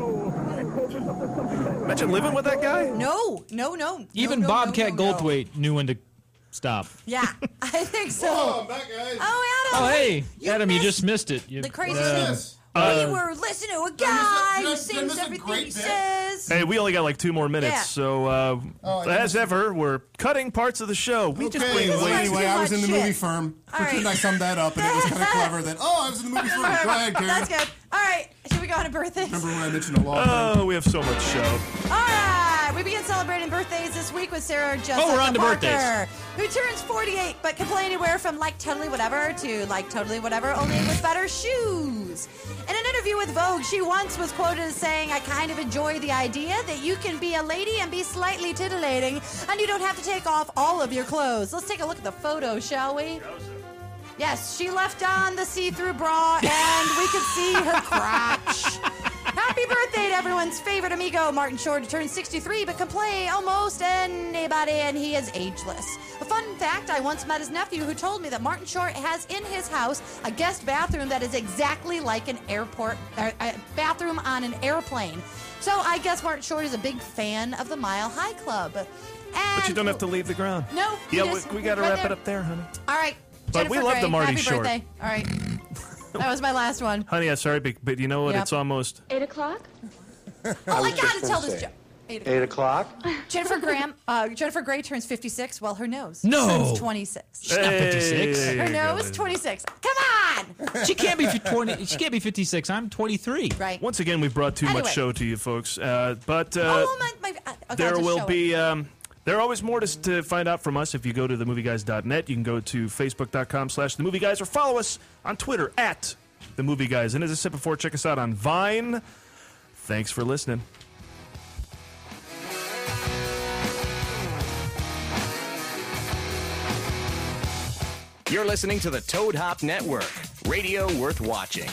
Imagine living with that guy.
No, no, no.
Even
no, no,
Bobcat
no, no.
Goldthwait knew when to stop.
Yeah, I think so.
Oh, I'm back, guys.
Oh, Adam.
Oh, hey,
you
Adam, you
missed
just missed it. You,
The crazy
Yeah.
thing.
Uh,
we were listening to a guy
did I
who
miss- did I miss
sings
a
everything
great
he
bit?
says.
Hey, we only got like two more minutes,
Yeah.
so uh,
Oh, I
as ever, we're cutting parts of the show. We just
Okay,
went
well,
way
anyway, I was in the movie firm.
All right.
Pretend I summed that up, and it was kind of clever that, oh, I was in the movie firm. Go ahead, Karen.
That's good. Uh, All right, should we go on to birthdays?
Remember when I mentioned a law firm?
Oh, we have so much show.
All right, we begin celebrating birthdays this week with Sarah Jessica
Oh, we're on to
Parker, who turns 48 but can play anywhere from like totally whatever to like totally whatever, only with better shoes. In an interview with Vogue, she once was quoted as saying, "I kind of enjoy the idea that you can be a lady and be slightly titillating, and you don't have to take off all of your clothes." Let's take a look at the photo, shall we? Yes, she left on the see-through bra, and we could see her crotch. Happy birthday to everyone's favorite amigo, Martin Short, who turned 63 but can play almost anybody, and he is ageless. A fun fact I once met his nephew who told me that Martin Short has in his house a guest bathroom that is exactly like an airport er, a bathroom on an airplane. So I guess Martin Short is a big fan of the Mile High Club. And
But you don't have to leave the ground.
No, you
Yeah, we,
just-
we got to
right
wrap it
there.
up there, honey.
All right.
But we
Jennifer
love the
Grey,
Marty
Happy
Short.
birthday. All right. That was my last one.
Honey, I'm sorry, but, but you know what?
Yep.
It's almost.
Eight o'clock.
Oh,
I gotta tell this joke.
Eight o'clock.
Jennifer Graham, uh, Jennifer Grey turns 56. Well, her nose
No.
turns 26.
She's not 56.
Hey.
Her nose 26. Come on.
She can't be 20. She can't be 56. I'm 23.
Right.
Once again, we've brought too
Anyway. Oh
much show to you folks, uh, but uh,
I'll
there
just
will
show
be. Um, there are always more to, to find out from us if you go to themovieguys.net. You can go to facebook.com slash themovieguys or follow us on Twitter at themovieguys. And as I said before, check us out on Vine. Thanks for listening.
You're listening to the Toad Hop Network, radio worth watching.